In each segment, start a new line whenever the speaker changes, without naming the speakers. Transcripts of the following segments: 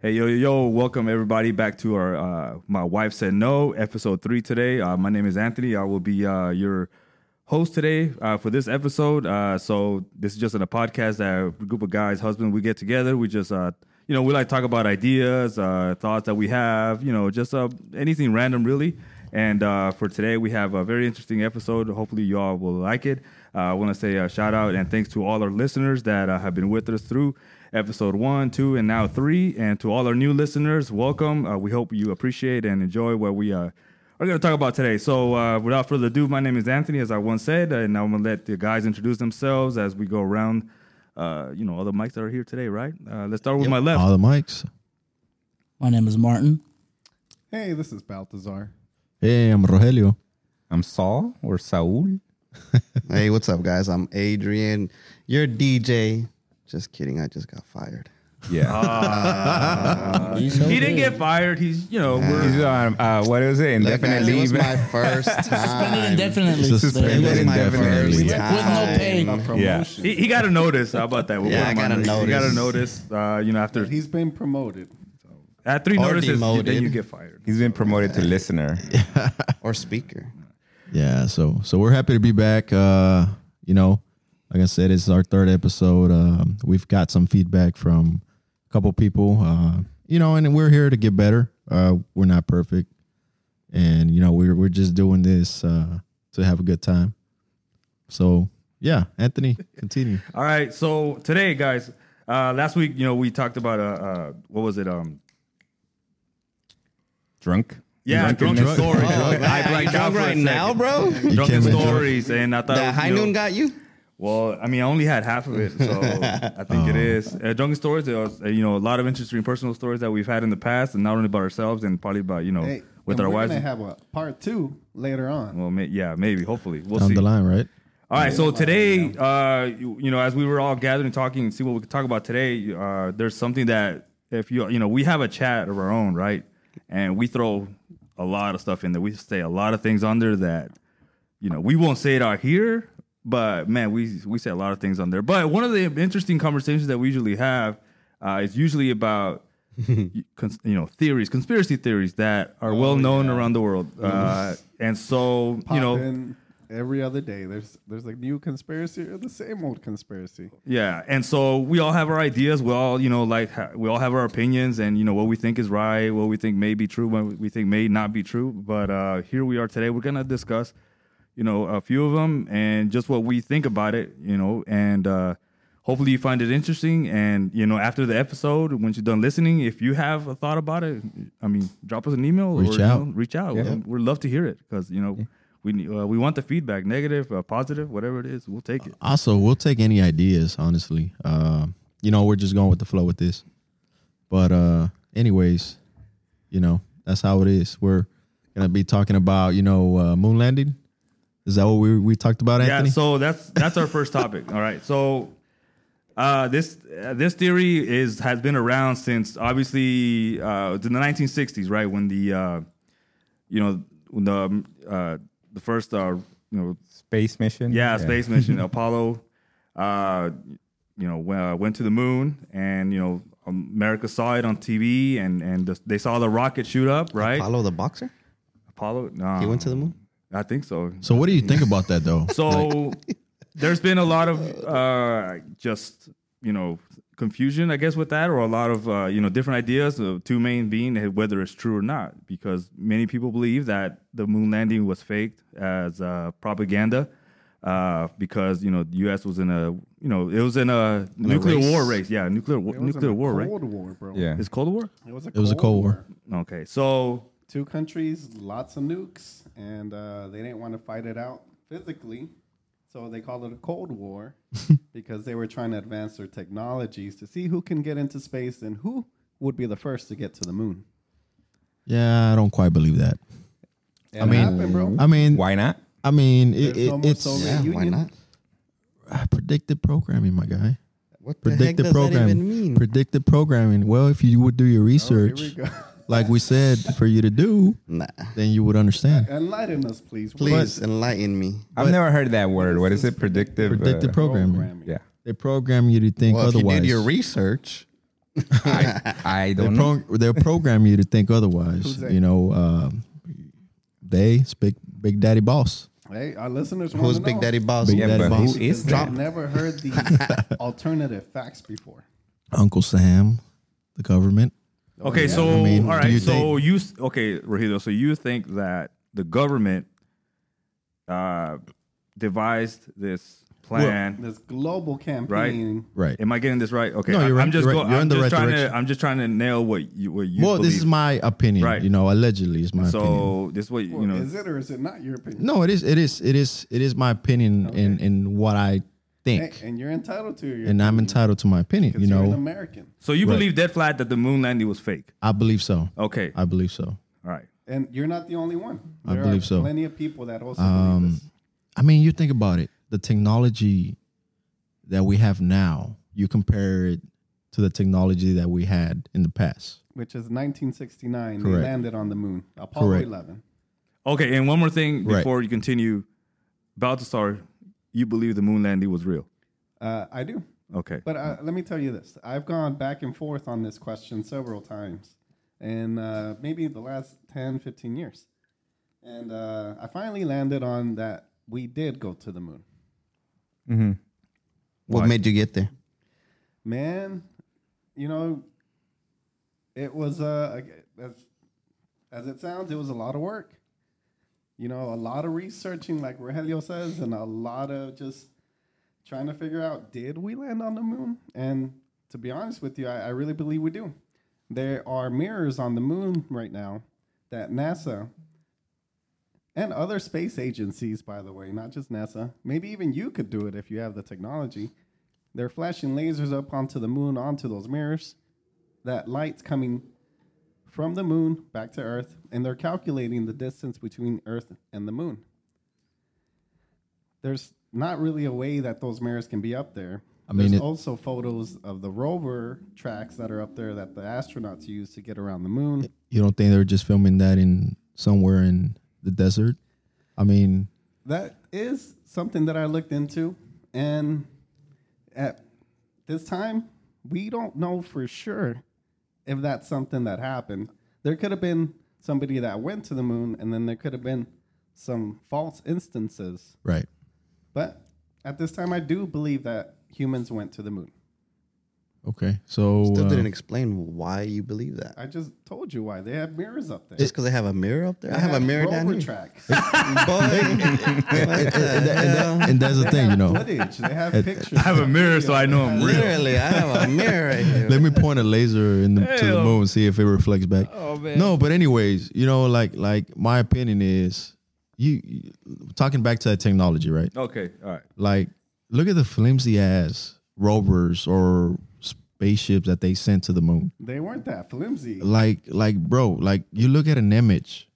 Hey, yo, yo, yo, welcome everybody back to our uh, My Wife Said No, episode three today. Uh, my name is Anthony. I will be uh, your host today uh, for this episode. Uh, so, this is just in a podcast that a group of guys, husband, we get together. We just, uh, you know, we like to talk about ideas, uh, thoughts that we have, you know, just uh, anything random, really. And uh, for today, we have a very interesting episode. Hopefully, you all will like it. Uh, I want to say a shout out and thanks to all our listeners that uh, have been with us through episode one, two, and now three. And to all our new listeners, welcome. Uh, we hope you appreciate and enjoy what we uh, are going to talk about today. So, uh, without further ado, my name is Anthony, as I once said, and I'm going to let the guys introduce themselves as we go around. Uh, you know, all the mics that are here today, right? Uh, let's start with my left.
All the mics.
My name is Martin.
Hey, this is Balthazar.
Hey, I'm Rogelio.
I'm Saul or Saul.
Hey, what's up, guys? I'm Adrian, your DJ. Just kidding, I just got fired.
Yeah.
Ah, he didn't get fired. He's, you know, we're,
He's on, uh, what is it?
Look,
Indefinite
guys, it was
leave.
my first
Suspended
time.
indefinitely.
It
Suspended
was my
Indefinitely.
first
With-
with no
time.
pay.
A promotion.
He, he got a notice. How about that? We'll
Yeah,
put
I
him
got
on
a
notice. He got a
notice.
notice. Uh, you know, after
He's been promoted. So
at three
Or
notices, you- then
demoted.
you get fired.
He's been promoted to listener.
Or speaker.
Yeah, so so we're happy to be back. Uh, you know, like I said, it's our third episode. Um, we've got some feedback from a couple people. Uh, you know, and we're here to get better. Uh, we're not perfect, and you know, we're we're just doing this uh, to have a good time. So yeah, Anthony, continue.
All right. So today, guys, uh, last week, you know, we talked about uh, uh what was it? Um,
Drunk.
yeah, drunken,
Drunkenness.
stories. I
man,
blanked
you
out
drunk
for a
Oh, right
second.
now, bro?
Drunken
can't be drunk.
stories, and I thought
That high
you know-
noon got you?
Well, I mean, I only had half of it, so I think
Oh.
it is. Uh, drunken stories, there was, uh, you know, a lot of interesting personal stories that we've had in the past, and not only about ourselves, and probably about you know,
hey,
with
and
our
we're
wives.
gonna have a part two later on.
well, may, yeah, maybe, hopefully, we'll
Down
see.
the line, right?
All right, so today, uh, you, you know, as we were all gathering, talking, and see what we could talk about today, uh, there's something that if you, you know, we have a chat of our own, right? And we throw a lot of stuff in there. We say a lot of things on there that, you know, we won't say it out here, but man, we we say a lot of things on there. But one of the interesting conversations that we usually have uh, is usually about. cons- you know theories conspiracy theories that are well known around the world uh, and so
Pop
you know
in every other day. There's there's a new conspiracy or the same old conspiracy.
Yeah, and so we all have our ideas. We all, you know, like ha- we all have our opinions, and you know what we think is right, what we think may be true, what we think may not be true. But uh, here we are today. We're gonna discuss, you know, a few of them and just what we think about it. You know, and uh, hopefully you find it interesting. And you know, after the episode, once you're done listening, if you have a thought about it, I mean, drop us an email or
Reach
you
out.
know, reach out. We'd, we'd love to hear it because you know. We, need- uh, we want the feedback, negative, uh, positive, whatever it is, we'll take it.
Also, we'll take any ideas, honestly. Uh, you know, we're just going with the flow with this. But uh anyways, you know, that's how it is. We're gonna be talking about, you know, uh, moon landing. Is that what we we talked about, Anthony?
Yeah, so that's that's our first topic. All right, so uh, this uh, this theory is has been around since obviously uh, the 1960s, right? When the uh, you know when the um, uh, the first uh, you know
Space mission.
yeah, space mission Apollo, uh, you know, went, uh, went to the moon, and you know America saw it on TV, and and the, they saw the rocket shoot up, right?
Follow the boxer?
Apollo, no,
He went to the moon?
I think so.
so what do you think about that though?
So there's been a lot of uh, just you know confusion, I guess, with that, or a lot of uh, you know different ideas. The two main being whether it's true or not, because many people believe that the moon landing was faked as uh, propaganda. Uh, because you know the U.S. was in a you know it was in a nuclear
race.
war race, yeah, nuclear wa-
It wasn't
nuclear
a
war, right?
Cold War, bro.
Yeah.
It's Cold War.
It was a
It was a Cold War.
Okay, so
Two countries, lots of nukes, and uh, they didn't want to fight it out physically, so they called it a Cold War because they were trying to advance their technologies to see who can get into space and who would be the first to get to the moon.
yeah, I don't quite believe that.
I
mean-
happened, bro.
I mean
Why not?
I mean it,
There's
it,
no more
it's
Soviet
Yeah, why
Union.
not?
uh, predictive programming, my guy.
What the heck
Predictive
does that
programming.
even mean? Oh,
Predictive programming. Well, if you would do your
Here
research
we go.
like we said for you to do,
Nah.
then you would understand.
Enlighten us, please. What
Please enlighten me.
I've never heard that word. What is it? Predictive.
Predictive
uh,
programming.
programming.
Yeah.
They program you to think
Well, if you
otherwise.
did your research,
I, I
They
don't know.
pro- they'll program you to think otherwise.
they?
You know, um, they speak Big Daddy Boss.
Hey, our listeners want
Who's
to
Big
know.
Daddy Boss?
Big
Yeah,
Daddy
but
Boss.
who
Because
is that?
I've never heard the alternative facts before.
Uncle Sam, the government.
Okay, so
Oh, I mean,
all
do
right,
you
so
think-
you s- okay, Rahido? So you think that the government uh, devised this plan?
This global campaign.
Right.
Am I getting this right? Okay,
No,
I-
you're
I'm
right,
just
you're right,
go-
you're
I'm
in the
just
right
trying
direction.
to I'm just trying to nail what you what you
well,
believe.
this is my opinion.
Right.
You know, allegedly is my
so
opinion.
this is what you
Well,
know.
is it or is it not your opinion?
No, it is. It is. It is. It is my opinion in in what I
Hey,
think,
and you're entitled to your
and I'm
opinion
entitled to my opinion.
'cause
You
you're an
know,
American.
so you
right.
believe dead flat that the moon landing was fake?
I believe so.
Okay,
I believe so.
all right.
And you're not the only one.
I
There
believe
are
so.
Plenty of people that also believe
Um,
this.
I mean, you think about it. The technology that we have now, you compare it to the technology that we had in the past.
Which is 1969.
Correct.
They landed on the moon. Apollo
Correct.
11.
Okay, and one more thing
Right.
before you continue, Baltasar, you believe the moon landing was real?
Uh, I do.
Okay,
But uh, let me tell you this: I've gone back and forth on this question several times, and uh, maybe the last 10, 15 years. And uh, I finally landed on that we did go to the moon.
What made you get there?
Man, you know, it was uh, as as it sounds, it was a lot of work. You know, a lot of researching, like Rogelio says, and a lot of just trying to figure out did we land on the moon? And to be honest with you, I, I really believe we do. There are mirrors on the moon right now that NASA and other space agencies, by the way, not just NASA, maybe even you could do it if you have the technology. They're flashing lasers up onto the moon, onto those mirrors. That light's coming from the moon back to Earth, and they're calculating the distance between Earth and the moon. There's not really a way that those mirrors can be up there.
I mean,
There's
it-
also photos of the rover tracks that are up there that the astronauts use to get around the moon.
You don't think they're just filming that in somewhere in the desert? I mean,
That is something that I looked into, and at this time, we don't know for sure if that's something that happened. There could have been somebody that went to the moon, and then there could have been some false instances.
right.
But at this time, I do believe that humans went to the moon.
Okay. So
Still
uh,
didn't explain why you believe that.
I just told you why they have mirrors up there.
Just because I have a mirror up there? I have a
They
mirror
rover
down here.
tracks.
and that's the thing, you know.
footage. They have pictures.
I have a mirror, so I know I'm real.
Literally, I have a mirror right here.
Let me point a laser in the, to the moon, see if it reflects back. Oh man. No, but anyways, you know, like like my opinion is, you, you talking back to that technology, right?
Okay, all right.
Like, look at the flimsy ass rovers or spaceships that they sent to the moon.
They weren't that flimsy.
Like, like, bro, like you look at an image,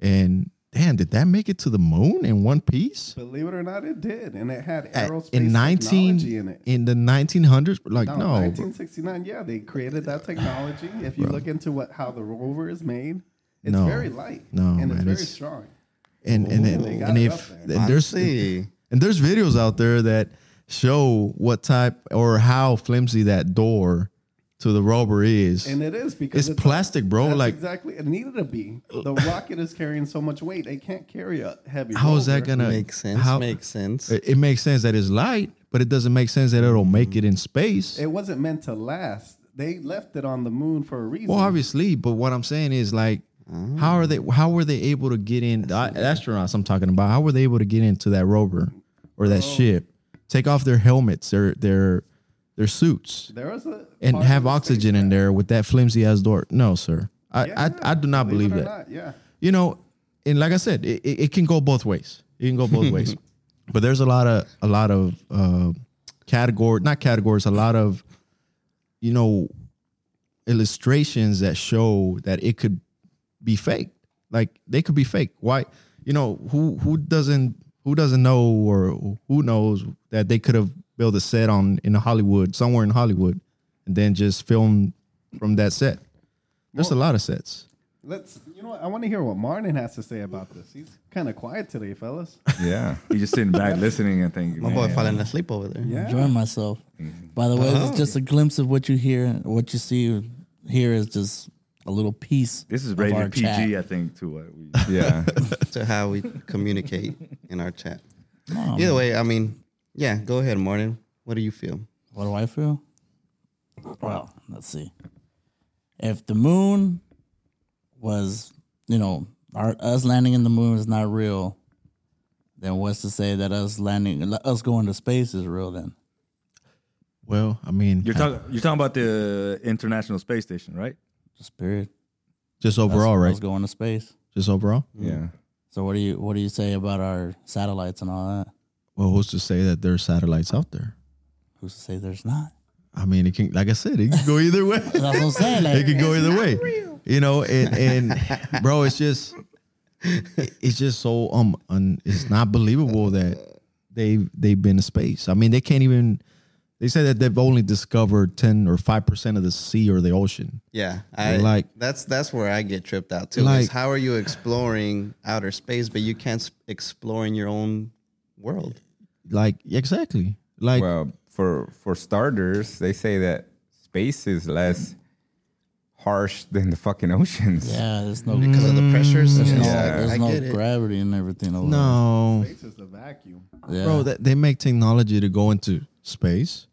and damn, did that make it to the moon in one piece?
Believe it or not, it did, and it had
At-
aerospace
in
technology
nineteen
in it.
in the nineteen hundreds, like
No,
no, bro.
1969. Yeah, they created that technology. If you look into what how the rover is made, it's
No.
very light.
No,
and it's
man,
very
it's-
strong.
and and and,
they got
and
it
if
up there.
and there's
see.
and there's videos out there that show what type or how flimsy that door to the rover is.
And it is because
it's plastic, bro.
That's
Like uh,
exactly, it needed to be. The rocket is carrying so much weight; it can't carry a heavy.
how is that
rover.
gonna
Makes sense.
how-
makes sense.
It, it makes sense that it's light, but it doesn't make sense that it'll make it in space.
It wasn't meant to last. They left it on the moon for a reason.
well, obviously, but what I'm saying is like.
Mm.
How are they? How were they able to get in? The astronauts I'm talking about. How were they able to get into that rover or that
Oh.
ship? Take off their helmets, their their their suits.
there was a
and
part of
have
the
oxygen in there with that flimsy ass door. No, sir. I,
Yeah,
I, I do not
space-
believe
it or
that.
not, yeah,
You know, and like I said, it, it, it can go both ways. It can go both ways. But there's a lot of a lot of uh, category, not categories, a lot of you know illustrations that show that it could be fake. Like they could be fake. Why? You know who who doesn't who doesn't know or who knows that they could have built a set on in Hollywood somewhere in Hollywood and then just filmed from that set. There's a lot of sets.
let's. You know, what? I want to hear what Martin has to say about this. He's kind of quiet today, fellas.
Yeah.
You're just sitting back listening and thinking.
My boy falling asleep over there.
Yeah.
Enjoying myself.
Mm-hmm.
By the way,
Oh.
it's just a glimpse of what you hear. What you see here is just a little piece.
This is
of our
rated PG,
chat.
I think, too. What we,
Yeah.
to how we communicate in our chat.
Oh,
Either way, I mean, yeah, go ahead, Martin. What do you feel?
What do I feel? Well, let's see. If the moon was, you know, our, us landing in the moon is not real, then what's to say that us landing, us going to space is real? Then
Well, I mean,
you're talking. You're talking about the International Space Station, right?
just period.
just overall,
Us-
right?
Us going to space.
Just overall.
yeah.
So what do you what do you say about our satellites and all that?
Well, who's to say that there's satellites out there?
Who's to say there's not?
I mean, it can, like I said, it can go either way.
That's what I'm saying.
it
Like,
could go either way. You know, and, and bro, it's just it's just so um un, it's not believable that they they've been to space. I mean, they can't even they say that they've only discovered 10 or 5% of the sea or the ocean.
Yeah, I
Like-
like that's that's where I get tripped out too.
Like-
is how are you exploring outer space, but you can't s- explore in your own world?
Like exactly. Like
Well, for for starters, they say that space is less harsh than the fucking oceans.
yeah, there's no
Because of
Mm,
the pressures,
there's no,
Mm, Yeah,
there's
I get
no
it.
gravity and everything. Over
no.
Space is the vacuum.
there. yeah.
Bro, that, they make technology to go into space.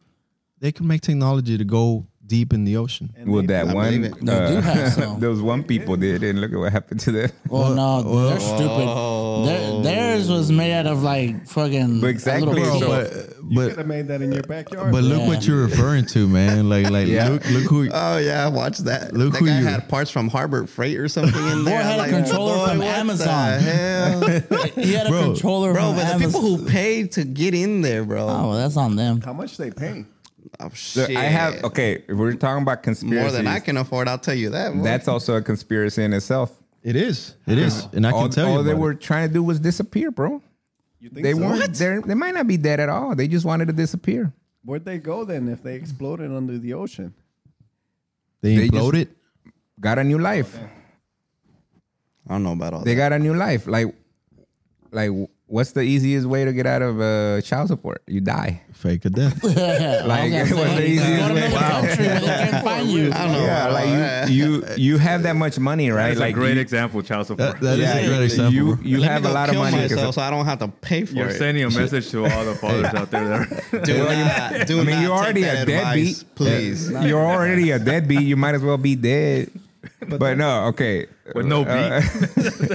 They can make technology to go deep in the ocean.
And
With
they-
that
I
one,
believe it.
They do have
uh,
some.
those one people did, and look at what happened to them.
Well, no, they're stupid. Their, theirs was made out of like fucking.
But exactly,
a little
so-
ball.
But
You could
but
have made that in your backyard.
but look what you're referring to, man. Like like
Yeah.
look look who
Oh yeah, I watched that.
Look
that
who
guy
you-
had parts from Harbor Freight or something in there.
Boy had a
I'm
controller
boy,
from
what the
Amazon.
hell?
he had a
Bro.
controller.
bro,
from
but the
Amazon.
people who paid to get in there, bro.
Oh, well, that's on them.
How much they pay?
Oh,
Look,
shit.
I have okay. If we're talking about conspiracy.
more than I can afford. I'll tell you that. boy.
That's also a conspiracy in itself.
It is. It is. And I can
all,
tell
all
you.
they
about
were
it.
trying to do was disappear, bro.
You think
They
so?
weren't. they're- They might not be dead at all. They just wanted to disappear.
Where'd they go then if they exploded under the ocean?
They
they just-
imploded.
Got a new
Oh,
life.
I don't know about all
They
that.
got a new life. Like, like, what's the easiest way to get out of uh, child support? You die.
Fake a death.
Like,
I was
it
gonna
was
say,
the
you
easiest
go to
way.
another
Wow.
country, they can't find you.
I don't
Oh,
know.
Yeah,
about all
like
that.
you, you, you have that much money, right?
That's
like
a great
you-
example, child support.
That- that is
yeah,
a great example.
you, you
Let me
have a
go
lot of
kill
money. 'cause-
myself so I don't have to pay for
You're
it.
sending a message to all the fathers out there. That
do
Well, you-
not, do
I mean,
not take
you're already
that
a
advice,
deadbeat.
please.
You're already a deadbeat. You might as well be dead. But, no, okay.
with no beat.
Uh,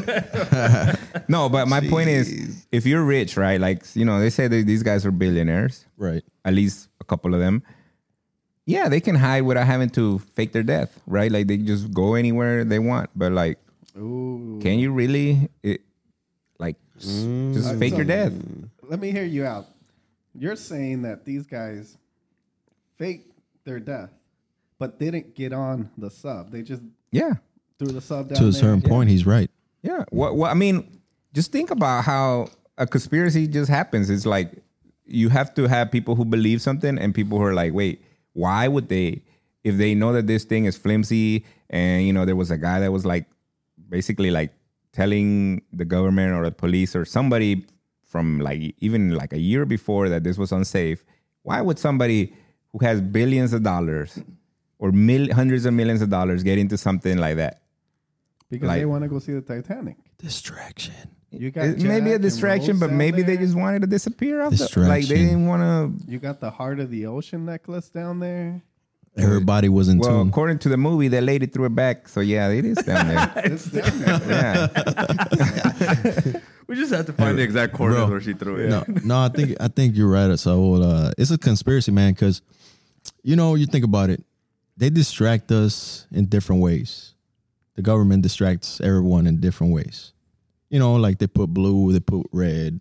no, but my point is,
Jeez.
if you're rich, right? Like you know, they say that these guys are billionaires,
right.
at least a couple of them. Yeah, they can hide without having to fake their death, right? Like they just go anywhere they want. But like,
Ooh.
can you really, it, like, s- just fake your death?
Let me hear you out. You're saying that these guys faked their death, but didn't get on the sub. They just
Yeah,
threw the sub down
To
there.
a certain point, he's right.
yeah. What? What? I mean, just think about how a conspiracy just happens. It's like you have to have people who believe something and people who are like, wait, why would they? If they know that this thing is flimsy, and you know there was a guy that was like, basically like telling the government or the police or somebody from like even like a year before that this was unsafe. Why would somebody who has billions of dollars or mil- hundreds of millions of dollars get into something like that?
Because
Like-
they want to go see the Titanic.
Distraction.
You got
It may be
Jack
a
and
distraction,
Rose
but
down
maybe they
there.
just wanted to disappear. Off the, like they
Distraction.
didn't want to.
You got the heart of the ocean necklace down there.
Everybody was in
Well,
tune.
according to the movie, the lady threw it back. So yeah, it is down there.
It's down there.
yeah,
we just have to find the exact corner
Bro.
where she threw it.
No, no, I think I think you're right. So uh, it's a conspiracy, man, because you know, you think about it, they distract us in different ways. The government distracts everyone in different ways. You know, like they put blue, they put red.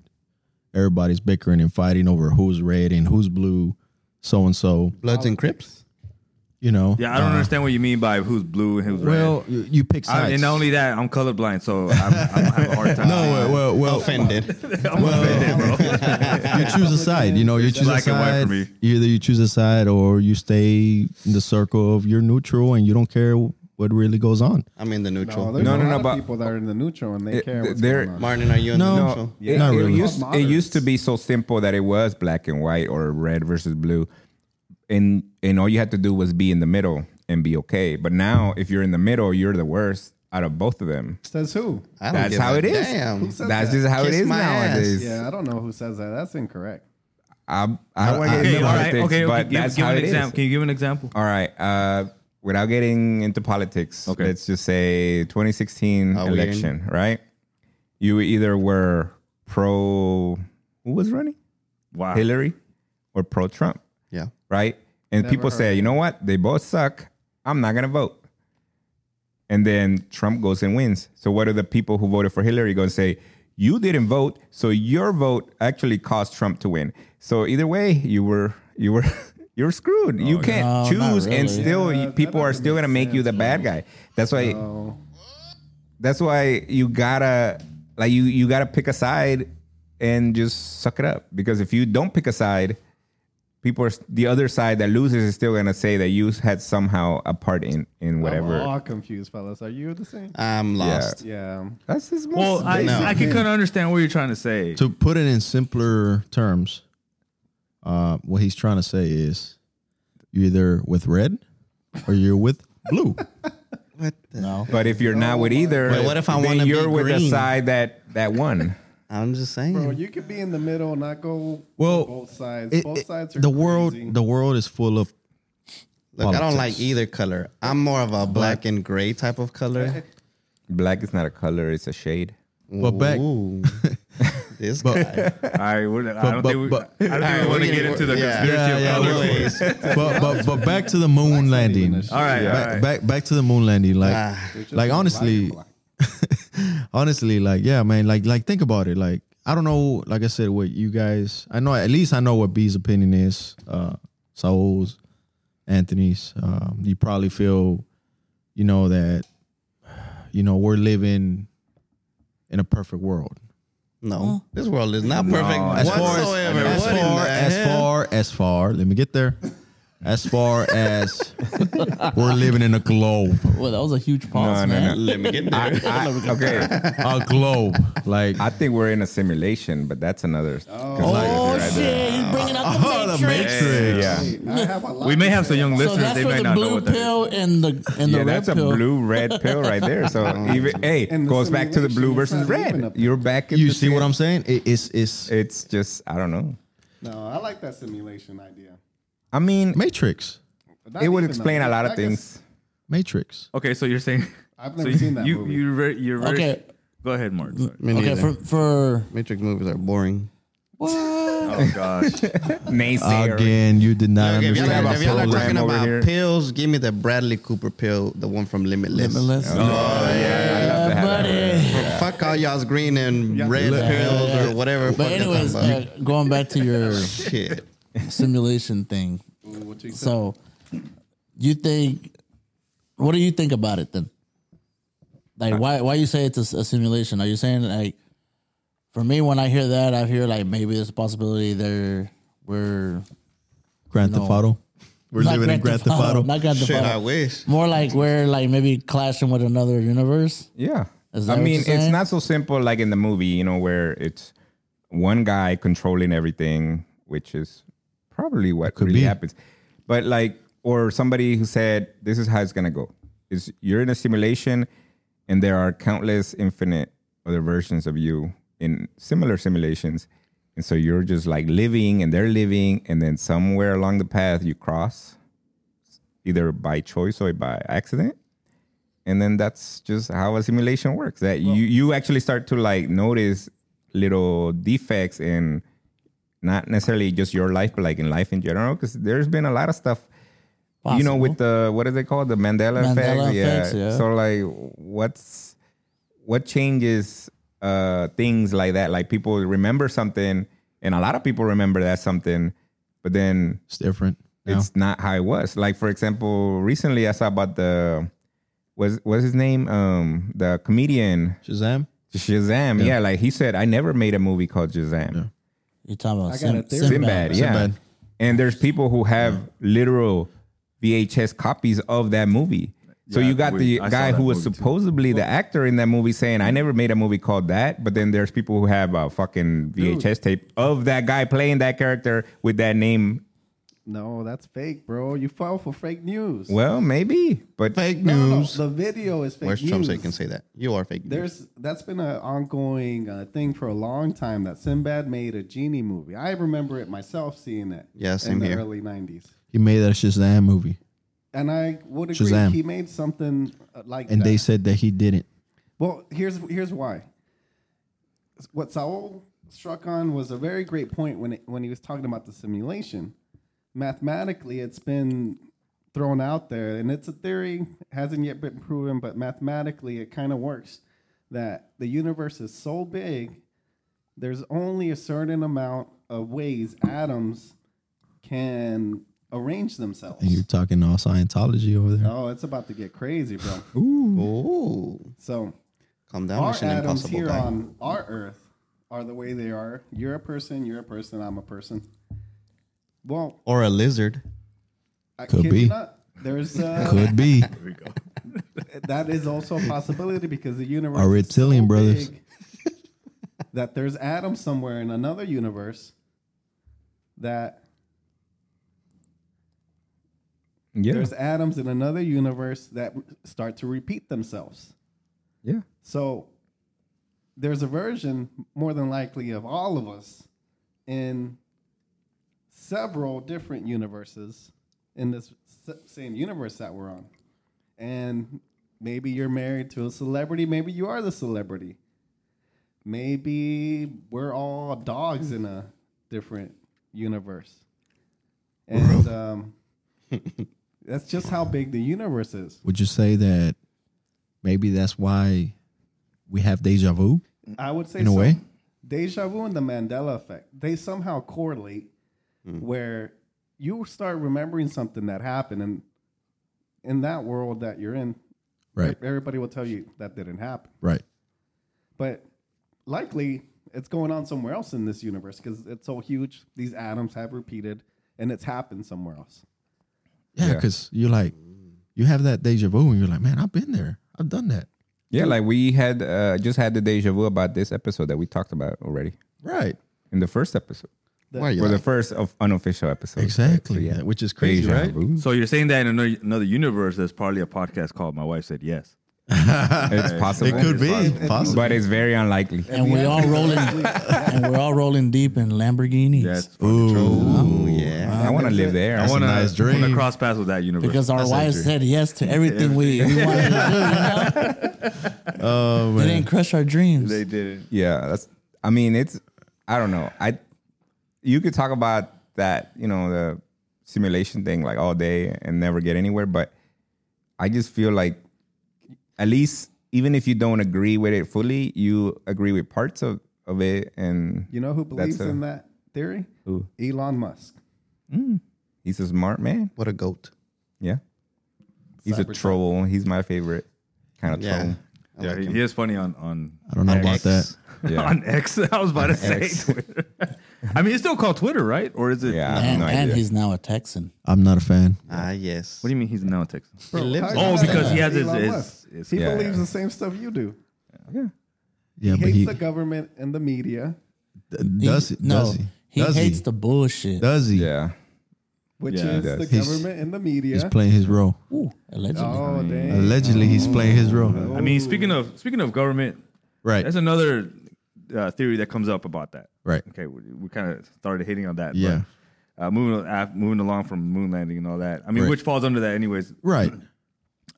Everybody's bickering and fighting over who's red and who's blue, so and so.
Bloods and Crips.
You know.
Yeah, I don't
Uh,
understand what you mean by who's blue and who's
Well,
red.
you, you pick
I,
sides.
and not only that, I'm colorblind, so I'm, I'm having a hard time.
no, well, well, well,
Offended.
I'm offended, bro.
you choose a side. You know, you choose
Black
a
and white
side.
for me.
Either you choose a side or you stay in the circle of you're neutral and you don't care what really goes on.
I'm in the neutral.
No, there's
No,
a
no,
lot
no,
of
but-
people that are in the neutral and they
It-
care what's
they're-
going on.
Martin, are you in the
No.
neutral?
It-
Not
it
really.
used, it
Moderates.
used to be so simple that it was black and white or red versus blue, and and all you had to do was be in the middle and be okay. But now, if you're in the middle, you're the worst out of both of them.
Says who?
I don't
That's
give
how
a
it is.
Damn.
That's
said that?
just how it
Kiss
is
my ass.
nowadays.
Yeah, I don't know who says that. That's incorrect.
I, I, don't
Okay,
want to get into
all right,
politics,
okay, okay.
but
give,
that's
give
how
an
it is.
example. Can you give an example?
All right. Uh, without getting into politics,
Okay.
let's just say 2016
Oh, we in-
election, right? You either were pro who was running
Ah.
Wow.
Hillary or pro Trump,
Yeah.
right? And
Never
people
heard
say, you know what? They both suck. I'm not gonna vote. And then Trump goes and wins. So what are the people who voted for Hillary going to say? You didn't vote, so your vote actually caused Trump to win. So either way, you were you were you're screwed. you
Oh,
can't
No, not
choose, and
really.
still
Yeah,
you-
that
people are
doesn't
still
make
gonna make you
sense,
the bad guy. That's why
So
that's why you gotta like you you gotta pick a side and just suck it up because if you don't pick a side people are the other side that loses is still gonna say that you had somehow a part in in
I'm
whatever
all confused, fellas. Are you the same?
I'm lost.
Yeah.
that's his most
Well, I,
No.
I can kind of understand what you're trying to say.
To put it in simpler terms, uh, what he's trying to say is you're either with red or you're with blue.
What the?
No.
but if you're not with either
But what if I
then
wanna be
you're with the
green?
side that that won
I'm just saying.
Bro, you could be in the middle and not go
Well,
both sides.
It-
both
it-
sides are
the world
crazy.
the world is full of
Look, I don't like
politics.
either color. I'm more of a black and gray type of color.
black is not a color it's a shade
But back-
Ooh. this guy.
All right, we're, I don't
but-
think we,
but-
I don't think we
we
want to
can-
get into the
yeah.
conspiracy
Yeah,
of
yeah,
color.
Anyways,
but, but but back to the moon landing.
All
All right, all
back,
right.
back back to the moon landing. Like
Ah.
They're just
like
black
honestly,
and black.
honestly, like yeah, man. Like like think about it. Like I don't know. Like I said, what you guys. I know at least I know what B's opinion is. Uh, Saul's, Anthony's. Um, you probably feel, you know that, you know we're living in a perfect world.
no, this world is not perfect
as far as-
whatsoever.
as
What in
far
the
as
hell?
far as far. Let me get there. As far as we're living in a globe,
Well, that was a huge pause,
no,
man.
no.
Let me get there.
I- okay
a globe. Like
i think we're in a simulation but that's another
Oh
conspiracy right there.
shit! He's bringing out the
Oh, the
Matrix.
Matrix.
yeah
Hey, I have a lot
We may
to
have
say
some young
about-
So
listeners;
that's
they
where
may
the
not know
blue
what that is.
pill and the and
yeah,
the red
that's a
pill.
blue red pill right there. So even hey,
And the
goes back to the blue
simulation,
versus
it's not even
red.
a-
You're back. In
you
the
see what
sim-
I'm saying? It, it's it's
It's just I don't know.
No, I like that simulation idea.
I mean,
Matrix.
But not
it would
even
explain a lot
I
of
guess-
things.
Matrix.
Okay, so you're saying
I've never
so
seen that
You
movie.
you're very, you're very,
Okay.
Go ahead, Mark. Sorry.
Me
Okay,
neither.
for for
Matrix movies are boring.
Oh gosh.
Naysayer.
Again, you did not
Okay, if y'all,
understand
have
my
a
if y'all are
program.
program
talking
over
about
here.
pills, give me the Bradley Cooper pill, the one from Limitless.
limitless.
Yeah,
Yeah,
I love to have
buddy.
that.
Fuck all y'all's green and red
Yeah,
pills
yeah, yeah.
or whatever.
But
fuck you're
anyways,
talking about.
uh, going back to your
shit.
simulation thing.
Ooh, what you said.
So, you think? What do you think about it then? Like, why why you say it's a, s- a simulation? Are you saying like, for me, when I hear that, I hear like maybe there's a possibility there we're
Grand
No.
Theft Auto. We're
not
living in Grand Theft Auto.
not Grand Theft
Shit, I
Auto.
wish.
More like we're like maybe clashing with another universe.
Yeah.
Is
I
that what
mean,
you're
it's
saying?
not so simple like in the movie, you know, where it's one guy controlling everything, which is probably what really
be.
happens. But like, or somebody who said, this is how it's going to go. Is you're in a simulation and there are countless infinite other versions of you in similar simulations. And so you're just like living and they're living. And then somewhere along the path you cross either by choice or by accident and then that's just how a simulation works that you you actually start to like notice little defects in not necessarily just your life but like in life in general because there's been a lot of stuff you know with the what is it called the mandela,
Mandela
effect
effects, yeah.
so like what's what changes uh things like that like people remember something and a lot of people remember that something but then
It's different. now.
it's not how it was. Like for example, recently I saw about the was what's his name? Um the comedian
Shazam.
Shazam. Yeah. like he said, I never made a movie called Shazam.
You're talking about
I got a
Sim-
theory.
Sinbad.
Sinbad, yeah.
Sinbad.
And there's people who have literal VHS copies of that movie. So
Yeah,
you got
we-
the
I saw
guy
that
who was
movie too.
supposedly the actor in that movie saying, "I never made a movie called that," but then there's people who have a fucking VHS tape of that guy playing that character with that name
No, that's fake, bro. You fell for fake news.
Well, maybe, but
Fake
No, no, no,
news.
The video is fake
Where's
news.
Trump so you can say that? You are fake news.
There's that's been an ongoing uh, thing for a long time that Sinbad made a genie movie. I remember it myself seeing it.
Yeah, same
in the
here.
early '90s.
He made that Shazam movie,
And I would agree.
Shazam.
He made something uh, like
and
that.
they said that he didn't.
Well, here's here's why. What Saul struck on was a very great point when it, when he was talking about the simulation. Mathematically, it's been thrown out there, and it's a theory hasn't yet been proven, but mathematically, it kind of works. That the universe is so big, there's only a certain amount of ways atoms can arrange themselves.
And you're talking all Scientology over there.
Oh, it's about to get crazy, bro.
Ooh,
So
calm down,
our
Mission
atoms
Impossible
here
guy.
on our Earth are the way they are. You're a person. You're a person. I'm a person. Well,
or a lizard.
I-
Could
can
be.
you not? There's uh,
Could be.
that is also a possibility because the universe
Our
is so
reptilian brothers.
big that there's atoms somewhere in another universe that
yeah,
there's atoms in another universe that start to repeat themselves.
yeah,
So there's a version, more than likely, of all of us in several different universes in this s- same universe that we're on. And maybe you're married to a celebrity, maybe you are the celebrity. Maybe we're all dogs in a different universe. And um, that's just how big the universe is.
Would you say that maybe that's why we have deja vu?
I would say
In a
so.
way?
Deja vu and the Mandela effect, they somehow correlate
Hmm.
where you start remembering something that happened and in that world that you're in,
Right.
everybody will tell you that didn't happen.
Right.
But likely it's going on somewhere else in this universe because it's so huge. These atoms have repeated and it's happened somewhere else.
Yeah,
Yeah.
because you're like, you have that deja vu, and you're like, man, I've been there. I've done that.
yeah. Like we had uh, just had the deja vu about this episode that we talked about already
Right.
in the first episode,
Why are you
or the
lying?
first of unofficial episode.
Exactly.
So,
yeah. Which is crazy,
Deja
right?
vu.
So you're saying that in another, another universe, there's probably a podcast called "My Wife Said Yes."
It's
It
possible.
could be
possible.
possible.
but it's very unlikely.
If
And
you
we're all
actually-
rolling, and we're all rolling deep in Lamborghinis
That's
Ooh, yeah.
I want to live there.
I want to
nice
I want to
dream.
cross paths with that universe.
because our wives said yes to everything we, we wanted to do. You know? Oh, they didn't crush our dreams.
they did.
Yeah, that's. I mean, it's. I don't know. I. You could talk about that, you know, the simulation thing like all day and never get anywhere, but I just feel like, at least even if you don't agree with it fully, you agree with parts of of it, and
You know who believes
a-
in that theory?
Who?
Elon Musk.
he's a smart man.
What a goat.
Yeah, he's a
Cybertruck.
troll. He's my favorite kind of
Yeah.
troll.
I
Yeah,
like
he,
him.
he is funny on on
I don't know about
X.
that.
Yeah,
on X. I was about to say
X.
Twitter. I mean, it's still called Twitter, right? Or is it?
yeah. I have
and,
no
and
idea.
he's now a Texan.
I'm not a fan.
Ah, yes.
What do you mean he's now a Texan?
Bro,
lives
how
in
you
Oh,
not
because
like
he has his-
Elon
his-
Musk?
his-
he
Yeah.
believes the same stuff you do.
Yeah,
he
but
hates
he
the government and the media,
d-
He-
does he?
no,
does he?
he
does
hates
he?
the bullshit.
Does he?
yeah.
which
Yeah,
is the
that's-
He's-
government and the
He's
media.
playing his role.
Ooh, allegedly.
Oh, dang.
Allegedly, he's playing his role.
I mean, speaking of speaking of government,
Right.
that's another uh, theory that comes up about that.
Right.
Okay, we, we kind of started hitting on that.
Yeah.
But, uh, moving uh, moving along from moon landing and all that. I mean,
Right.
which falls under that, anyways.
Right.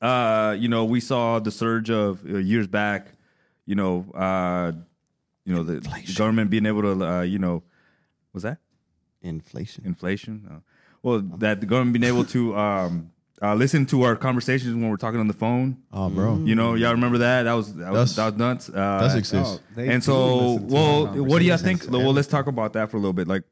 uh, you know, we saw the surge of uh, years back, you know, uh, you know, the, the government being able to, uh, you know, was that
Inflation.
inflation? Uh, well, that the government being able to um, uh, listen to our conversations when we're talking on the phone.
Oh, bro.
You know, y'all remember that? That was that was,
That's-
that was nuts. Uh,
Does exist.
Oh, they
and
do
so,
listen to
well,
our
what do y'all
conversations.
think? Well, let's talk about that for a little bit. Like,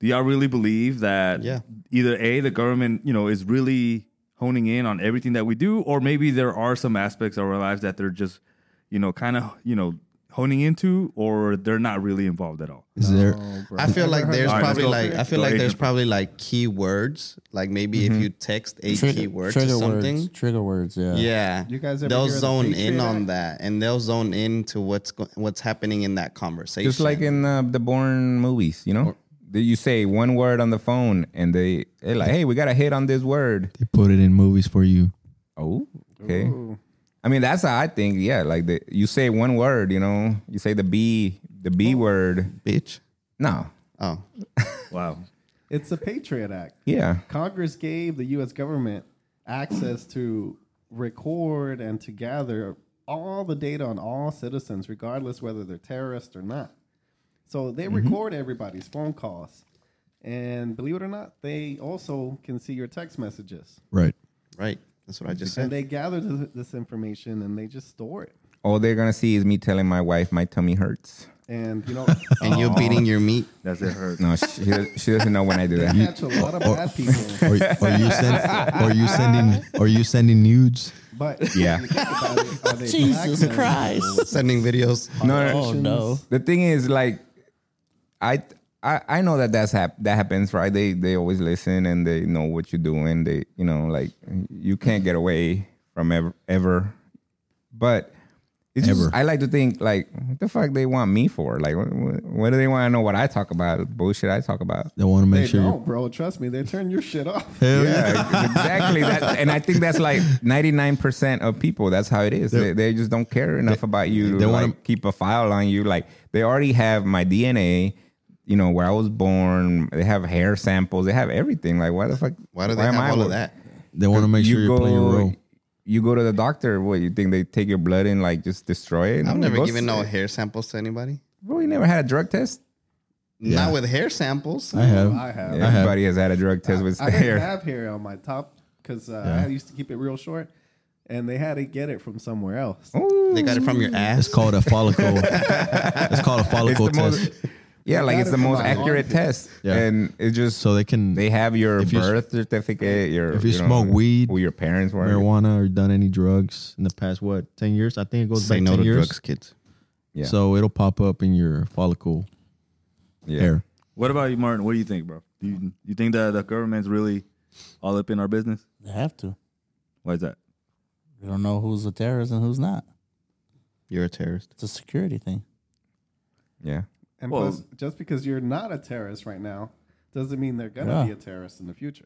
do y'all really believe that
Yeah.
either A, the government, you know, is really honing in on everything that we do, or maybe there are some aspects of our lives that they're just, you know, kind of, you know, honing into, or they're not really involved at all?
Is there?
I feel like there's
All right,
probably
let's go-
like I feel
go
like there's
Asian.
probably like keywords. Like maybe
Mm-hmm.
if you text a keyword to something.
words. Trigger words. Yeah.
Yeah.
You guys ever
they'll
hear of the
zone in
Patriot
on
Act?
that and they'll zone in to what's go- what's happening in that conversation.
just like in uh, the Bourne movies, you know, that you say one word on the phone and they they're like, hey, we got a hit on this word.
They put it in movies for you.
Oh, okay. I mean, that's how I think. Yeah, like the, you say one word, you know, you say the B, the B word.
Bitch.
No,
Oh.
Wow.
It's the Patriot Act.
yeah,
Congress gave the U.S. government access to record and to gather all the data on all citizens, regardless whether they're terrorists or not. So
Mm-hmm.
they record everybody's phone calls. And believe it or not, they also can see your text messages.
Right.
Right. That's what I just
And
said.
they gather th- this information and they just store it.
all they're gonna see is me telling my wife my tummy hurts.
And you know,
And you're beating your meat.
That's it. Hurt.
No, she, she doesn't know when I do that.
catch a lot of bad people.
Or, or you send, or you sending, or you sending nudes.
But
Yeah.
you think about it, are they
Jesus
black men?
Christ.
Sending videos.
No, no,
Oh no.
the thing is like i i, I know that that's hap- that happens right they they always listen and they know what you're doing they you know like you can't get away from ever ever but it's
Ever.
just, i like to think like what the fuck they want me for like what, what, what do they want to know what i talk about bullshit i talk about
They want to
They
make sure.
don't, bro. Trust me, they turn your shit off.
Hell
yeah, exactly. That, and I think that's like ninety nine percent of people. That's how it is. They, they just don't care enough about you.
they
to
wanna-
like keep a file on you. Like they already have my DNA. You know where I was born. They have hair samples. They have everything. Like why the fuck?
Why do they
am
have
I
all
wor-
of that?
They want to make sure you're playing your role.
You go to the doctor. What you think they take your blood and like just destroy it?
I've
No,
never
go
given
s-
no hair samples to anybody.
Bro, you never had a drug test.
Not with hair samples.
I have.
I have.
have.
Everybody has had a drug test with
I didn't
hair.
have hair on my top because uh, I used to keep it real short, and they had to get it from somewhere else.
They got it from your ass.
It's called a follicle. it's called a follicle
the most-
test.
Yeah, like
got
it's
it
the
from
most
my
accurate
armpit.
test,
Yeah.
and it just
so they can
They have your
If you s-
birth certificate. Your
if you
know,
smoke weed,
who your parents were.
marijuana or done any drugs in the past what ten years? I think it goes
Say
back
no
ten
to
years.
drugs, kids.
Yeah.
So it'll pop up in your follicle
Yeah.
hair.
What about you, Martin? What do you think, bro? Do you, you think that the government's really all up in our business?
They have to.
Why is that?
You don't know who's a terrorist and who's not.
You're a terrorist.
It's a security thing.
Yeah.
And
Well-
plus, just because you're not a terrorist right now doesn't mean they're gonna
Yeah.
be a terrorist in the future.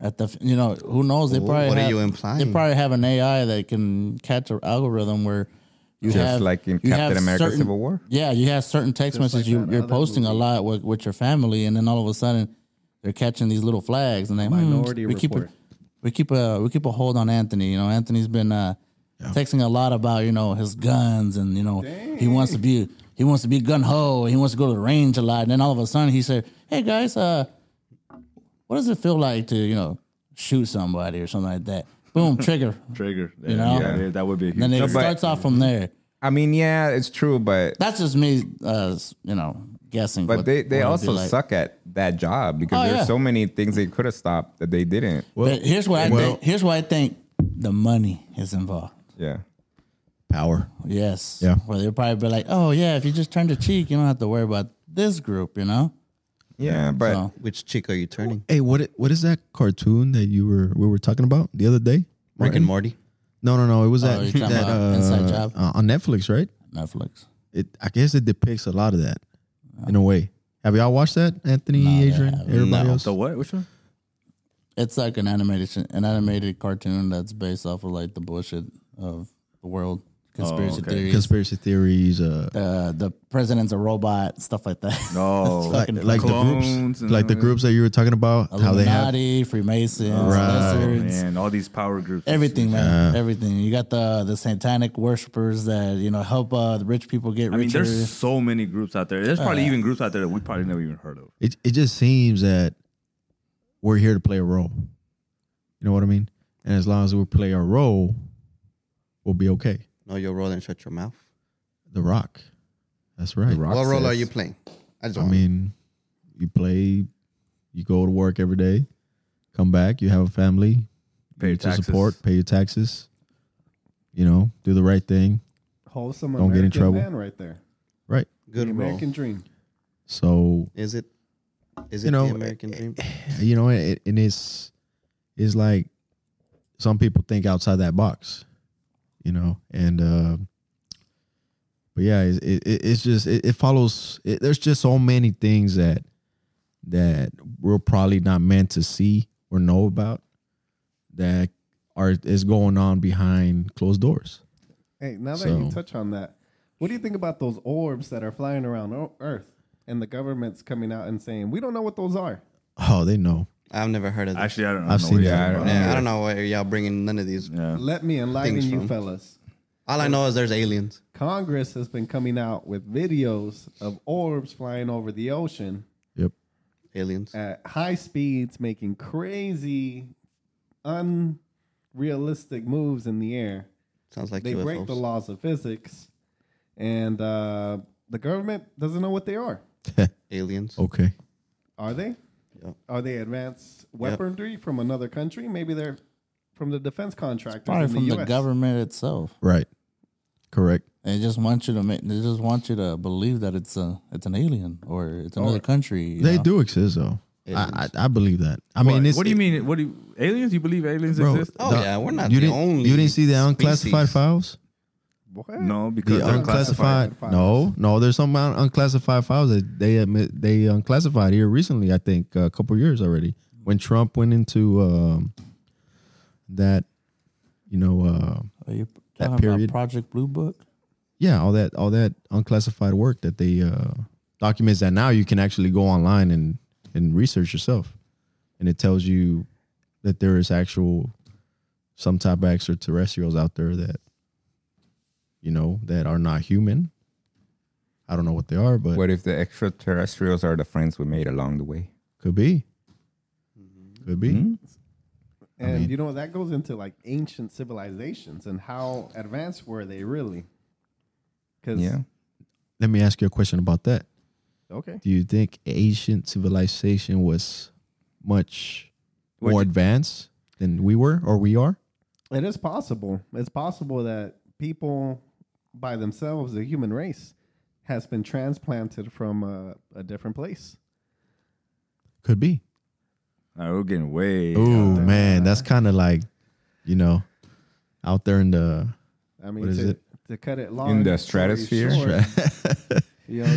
At the f- you know who knows they
Ooh,
probably
what are
have,
you
They
implying?
probably have an AI that can catch an algorithm where you
Just
have
like in
you
Captain
have
America:
certain-
Civil War.
Yeah, you have certain text
Just
messages
like
you,
that
you're
other
posting a
movie.
lot with, with your family, and then all of a sudden they're catching these little flags, and they
Minority
hmm, we keep a,
Report.
we keep a we keep a hold on Anthony. You know, Anthony's been uh, texting a lot about you know his guns, and you know he wants to be he wants to be gun ho, he wants to go to the range a lot, and then all of a sudden he said, "Hey guys, uh, what does it feel like to you know shoot somebody or something like that?" Boom, trigger.
Trigger.
You know?
yeah, that- that would be a huge.
And then it
No, but-
starts off from there.
I mean, yeah, it's true, but
That's just me, uh, you know, guessing.
but
what-
they, they
what it'd
also
be like.
suck at that job because
Oh,
there's
yeah.
so many things they could have stopped that they didn't.
but here's what I think. Here's why I think the money is involved.
Yeah.
Power.
Yes.
Yeah.
Where they'll probably be like, oh yeah, if you just turn the cheek, you don't have to worry about this group. You know.
Yeah, but
So-
Which chick are you turning?
Hey, what i- what is that cartoon that you were we were talking about the other day?
Rick and Morty?
No, no, no. It was that,
Oh, you're talking
that,
about Inside
uh,
Job?
uh, on Netflix, right?
Netflix.
It I guess it depicts a lot of that in a way. Have y'all watched that, Anthony, Adrian, everybody else?
The what? Which one?
It's like an animation, an animated cartoon that's based off of like the bullshit of the world, conspiracy
Oh,
okay.
theories.
Conspiracy theories, uh,
uh, the president's a robot, stuff like that.
No.
like, like the
Clones
groups,
and
like the
all that.
groups that you were talking about, how they have
Illuminati, Freemasons,
Right. Oh,
lizards,
Man, all these power groups.
everything, man, everything. You got the the satanic worshippers that you know help uh, the rich people get
I mean,
richer.
there's so many groups out there. There's
Uh,
probably even groups out there that we probably never even heard of.
it it just seems that we're here to play a role. You know what I mean? And as long as we play our role, we'll be okay.
No, your role and shut your mouth.
The Rock. That's right.
Rock
what role
says-
are you playing? I just
I
want
mean, you play, you go to work every day, come back, you have a family,
Pay
you
your
need to
taxes.
support, pay your taxes. You know, do the right thing,
Wholesome
Don't get in
American
trouble.
man right there.
right?
The
good role.
American dream.
So
Is it? Is it
You know,
the American dream?
you know, it, and it's it's like some people think outside that box, you know, and uh, but yeah, it, it, it's just it, it follows. It, there's just so many things that that we're probably not meant to see or know about that are is going on behind closed doors.
Hey, now that
So-
you touch on that, what do you think about those orbs that are flying around o- Earth and the government's coming out and saying, we don't know what those are?
Oh, they know.
I've never heard of this.
Actually, I don't know.
I've seen
what you're
that.
talking about.
Yeah, I don't know why y'all bringing none of these.
Yeah.
Let me enlighten
Things
you,
from-
fellas.
All I know is there's aliens.
Congress has been coming out with videos of orbs flying over the ocean
Yep.
Aliens.
at high speeds, making crazy, unrealistic moves in the air.
Sounds like
They
UFOs.
break the laws of physics, and uh, the government doesn't know what they are.
Aliens.
Okay.
Are they?
Yep.
Are they advanced weaponry from another country? Maybe they're from the defense contractors.
Probably
in
from the
US.
government itself.
Right. Correct.
They just want you to make. They just want you to believe that it's a it's an alien or it's
Oh,
another country. you
They
know?
do exist though. I, I I believe that. I mean, it's,
what do you mean? What do you, aliens? You believe aliens
Bro,
exist?
Oh
the-
yeah, we're not
you
the
didn't,
only.
You didn't see the unclassified
species.
files?
What?
No,
The
because they're classified.
unclassified, no, no. There's some un- unclassified files that they admit they unclassified here recently. I think a couple years already when Trump went into um, that, you know, uh,
Are you
That
talking
period.
about Project Blue Book?
yeah, all that all that unclassified work that they uh, documents that now you can actually go online and and research yourself, and it tells you that there is actual some type of extraterrestrials out there that you know that are not human. I don't know what they are, but
What if the extraterrestrials are the friends we made along the way?
could be, could be.
And you know that goes into like ancient civilizations and how advanced were they really? Because
Yeah.
Let me ask you a question about that.
okay,
Do you think ancient civilization was much
What'd
more
you-
advanced than we were or we are?
it is possible. It's possible that people by themselves, the human race, has been transplanted from a, a different place.
Could be.
All right, we're getting way.
Oh man, that's kind of like, you know, out there in the
I mean,
What is
to,
it?
to cut it long
In the
story
stratosphere?
short, you know,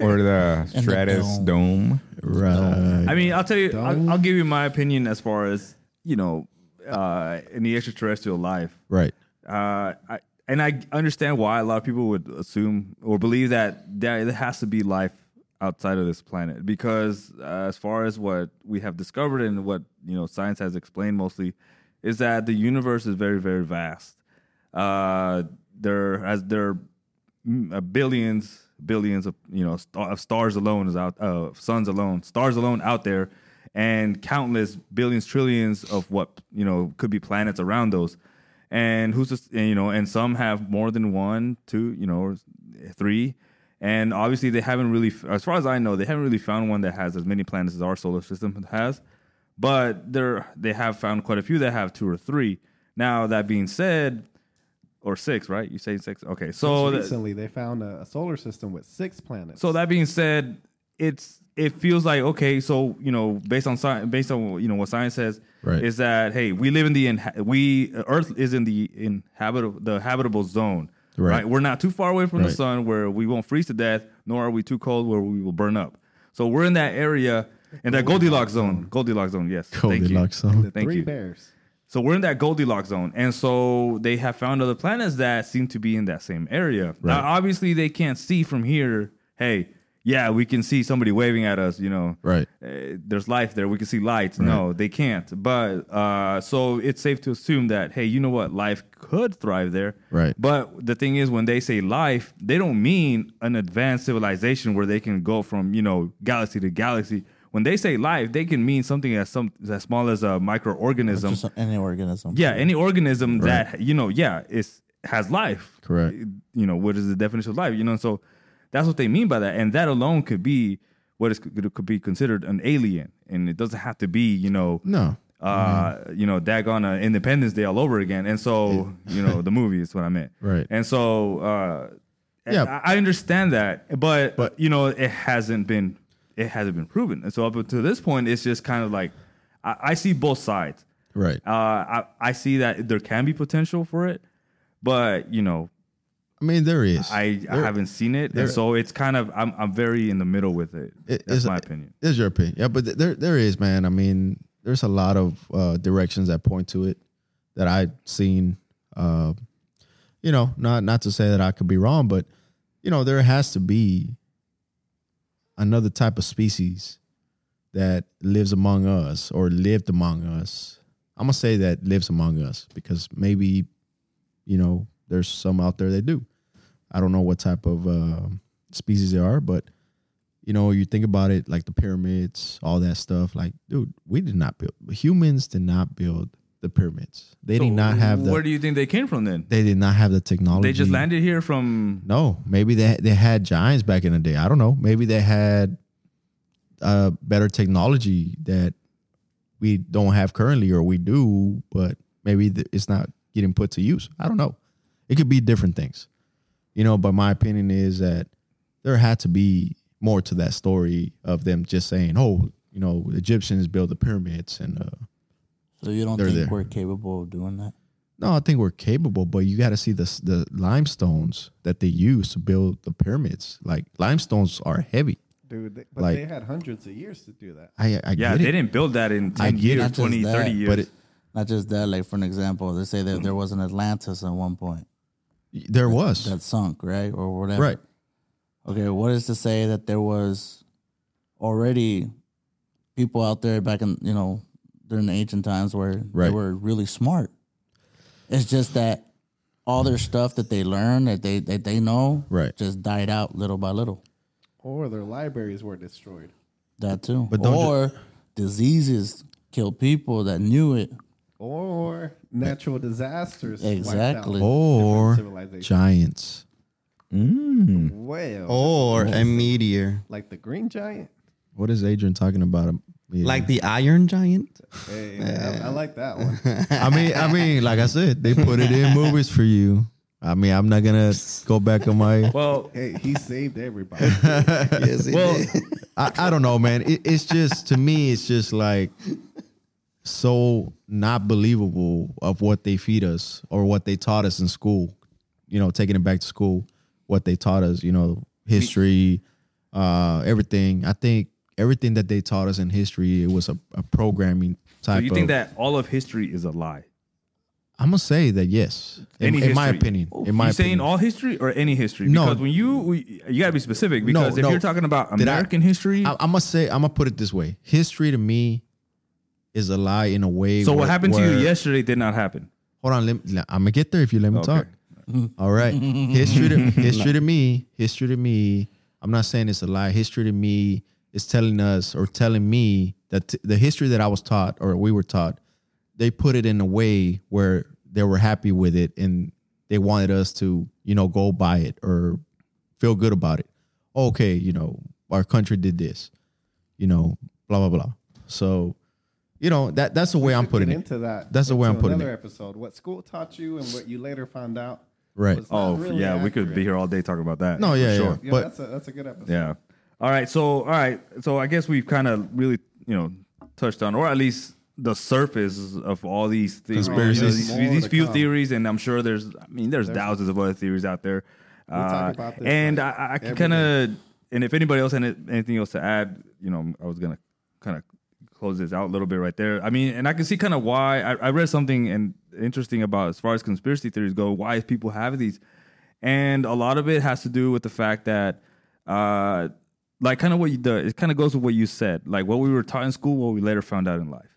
Or the
And the
Stratus
dome.
dome.
right.
I mean, I'll tell you, I'll, I'll give you my opinion as far as you know, uh, in the extraterrestrial life.
right.
Uh, I, and I understand why a lot of people would assume or believe that there there has to be life outside of this planet because uh, as far as what we have discovered and what you know science has explained mostly is that the universe is very very vast. Uh, there has there mm, uh, billions billions of you know star, of stars alone is out uh, of suns alone stars alone out there and countless billions trillions of what you know could be planets around those and who's just and, you know and some have more than one two you know or three and obviously they haven't really as far as i know they haven't really found one that has as many planets as our solar system has but there they have found quite a few that have two or three now that being said or six right you say six okay so that-
recently they found a, a solar system with six planets.
so that being said, it's it feels like okay. So you know, based on science, based on you know what science says,
Right.
is that hey, we live in the inha- we Earth is in the inhabitable the habitable zone.
Right.
We're not too far away from the
Right.
sun where we won't freeze to death, nor are we too cold where we will burn up. So we're in that area in that Goldilocks zone. Goldilocks zone. Yes. Thank you.
Goldilocks
the
zone.
thank
three
you.
bears.
So we're in that Goldilocks zone, and so they have found other planets that seem to be in that same area. Now, obviously, they can't see from here. Hey, yeah, we can see somebody waving at us. You know,
Right.
eh, there's life there. We can see lights. No, they can't. But uh, so it's safe to assume that hey, you know what, life could thrive there.
Right.
But the thing is, when they say life, they don't mean an advanced civilization where they can go from you know galaxy to galaxy. When they say life, they can mean something as some as small as a microorganism.
Just any organism.
Yeah, any organism that you know, yeah, is has life.
Correct.
You know, what is the definition of life? You know, so that's what they mean by that, and that alone could be what is could be considered an alien, and it doesn't have to be you know,
No.
uh, you know, daggone uh, Independence Day all over again. And so you know, the movie is what I meant,
Right.
And so, uh,
Yeah.
yeah, I I understand that, but
But-
you know, it hasn't been it hasn't been proven, and so up to this point, it's just kind of like I, I see both sides
Right.
uh, I, I see that there can be potential for it, but you know,
I mean, there is.
I, I haven't seen it, and so it's kind of I'm I'm very in the middle with it.
It-
That's
it's-
my opinion.
That's your opinion. Yeah, but th- there there is, man. I mean, there's a lot of uh, directions that point to it that I've seen. Uh, you know, not not to say that I could be wrong, but you know, there has to be another type of species that lives among us or lived among us. I'm gonna say that lives among us because maybe, you know, there's some out there that do. I don't know what type of uh, species they are, but you know, you think about it, like the pyramids, all that stuff. Like, dude, we did not build. Humans did not build the pyramids. They did not have the.
Where do you think they came from then?
they did not have the technology.
They just landed here from
No, maybe they they had giants back in the day. I don't know. Maybe they had uh, better technology that we don't have currently, or we do, but maybe th- it's not getting put to use. I don't know. It could be different things, you know. But my opinion is that there had to be more to that story of them just saying, "Oh, you know, Egyptians built the pyramids," and uh,
So you don't
They're
think
there.
we're capable of doing that?
no, I think we're capable, but you got to see the s- the limestones that they use to build the pyramids. Like limestones are heavy.
dude. They, but
Like-
they had hundreds of years to do that.
I I
yeah.
get
They
it,
didn't build that in
I
ten
get
years,
it.
20,
Not just
30
that,
years.
but it,
Not just that, like for an example, they say that there was an Atlantis at one point
there was
that sunk, right? Or whatever.
right.
Okay, what is to say that there was already people out there back in you know during the ancient times where
Right.
they were really smart. It's just that all their stuff that they learned that they that they know
Right.
just died out little by little.
Or their libraries were destroyed.
That too,
But don't ju-
or diseases killed people that knew it.
Or natural disasters. wiped out
Exactly.
Or
civilization.
giants.
Well,
Oh.
Or a meteor.
like the green giant.
What is Adrian talking about? Yeah.
Like the Iron Giant?
Hey, man, I, I like that one.
I mean, I mean, like I said, they put it in movies for you. I mean, I'm not gonna go back on my.
well,
Hey, he saved everybody.
Yes, it
well,
is.
I, I don't know, man. It, it's just to me, it's just like so not believable of what they feed us or what they taught us in school. You know, taking it back to school, what they taught us. You know, history, uh, everything. I think everything that they taught us in history, it was a, a programming type.
so you think
of,
that all of history is a lie?
I'm gonna say that yes. In,
Any
in my
history.
opinion, in my
you saying
opinion.
all history or any history?
No.
Because when you we, you gotta be specific. Because if
no.
you're talking about
Did I-
American history,
I, I must say, I'm gonna put it this way: history to me is a lie in a way.
so what
where-
happened to you
where-
yesterday did not happen.
Hold on, let me, I'm gonna get there if you let me
Okay.
talk. All right, history to history to me, history to me. I'm not saying it's a lie. History to me is telling us or telling me that t- the history that I was taught or we were taught, they put it in a way where they were happy with it and they wanted us to, you know, go by it or feel good about it. Okay, you know, our country did this, you know, blah blah blah. So, you know, that that's the way I'm
Get
putting it.
into that.
That's the way
into
I'm putting
another
it.
episode. What school taught you and what you later found out.
Right.
was not
Oh
really
yeah, we could be
accurate.
here all day talking about that.
No,
for
yeah,
sure.
yeah.
Yeah,
But-
that's a that's a good episode.
Yeah. All right. So all right. So I guess we've kind of really you know touched on, or at least the surface of all these things,
Conspiracies.
You know, these-
More
these,
to
few
come.
theories, and I'm sure there's. I mean, there's, thousands of other theories out there. Uh,
about this,
and
like,
I, I can
every
kind of, and if anybody else had anything else to add, you know, I was gonna kind of close this out a little bit right there. I mean, and I can see kind of why I, I read something and interesting about as far as conspiracy theories go, why people have these, and a lot of it has to do with the fact that, uh, like kind of what you do, it kind of goes with what you said, like what we were taught in school, what we later found out in life.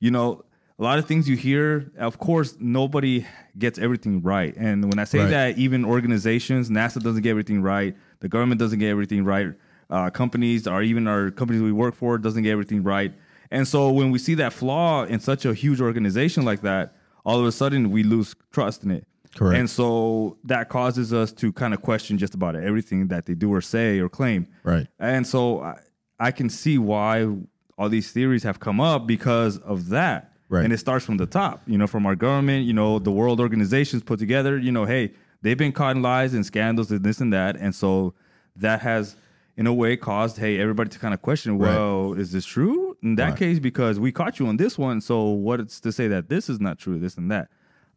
You know, a lot of things you hear, of course, nobody gets everything right. And when I say
Right.
that, even organizations, NASA doesn't get everything right, the government doesn't get everything right, uh, companies, or even our companies we work for, doesn't get everything right. And so when we see that flaw in such a huge organization like that, all of a sudden we lose trust in it.
Correct.
And so that causes us to kind of question just about everything that they do or say or claim.
Right.
And so I, I can see why all these theories have come up because of that.
Right.
And it starts from the top, you know, from our government, you know, the world organizations put together, you know, hey, they've been caught in lies and scandals and this and that. And so that has, in a way, caused, hey, everybody to kind of question, well, is this true? In that case, because we caught you on this one. So what's to say that this is not true, this and that?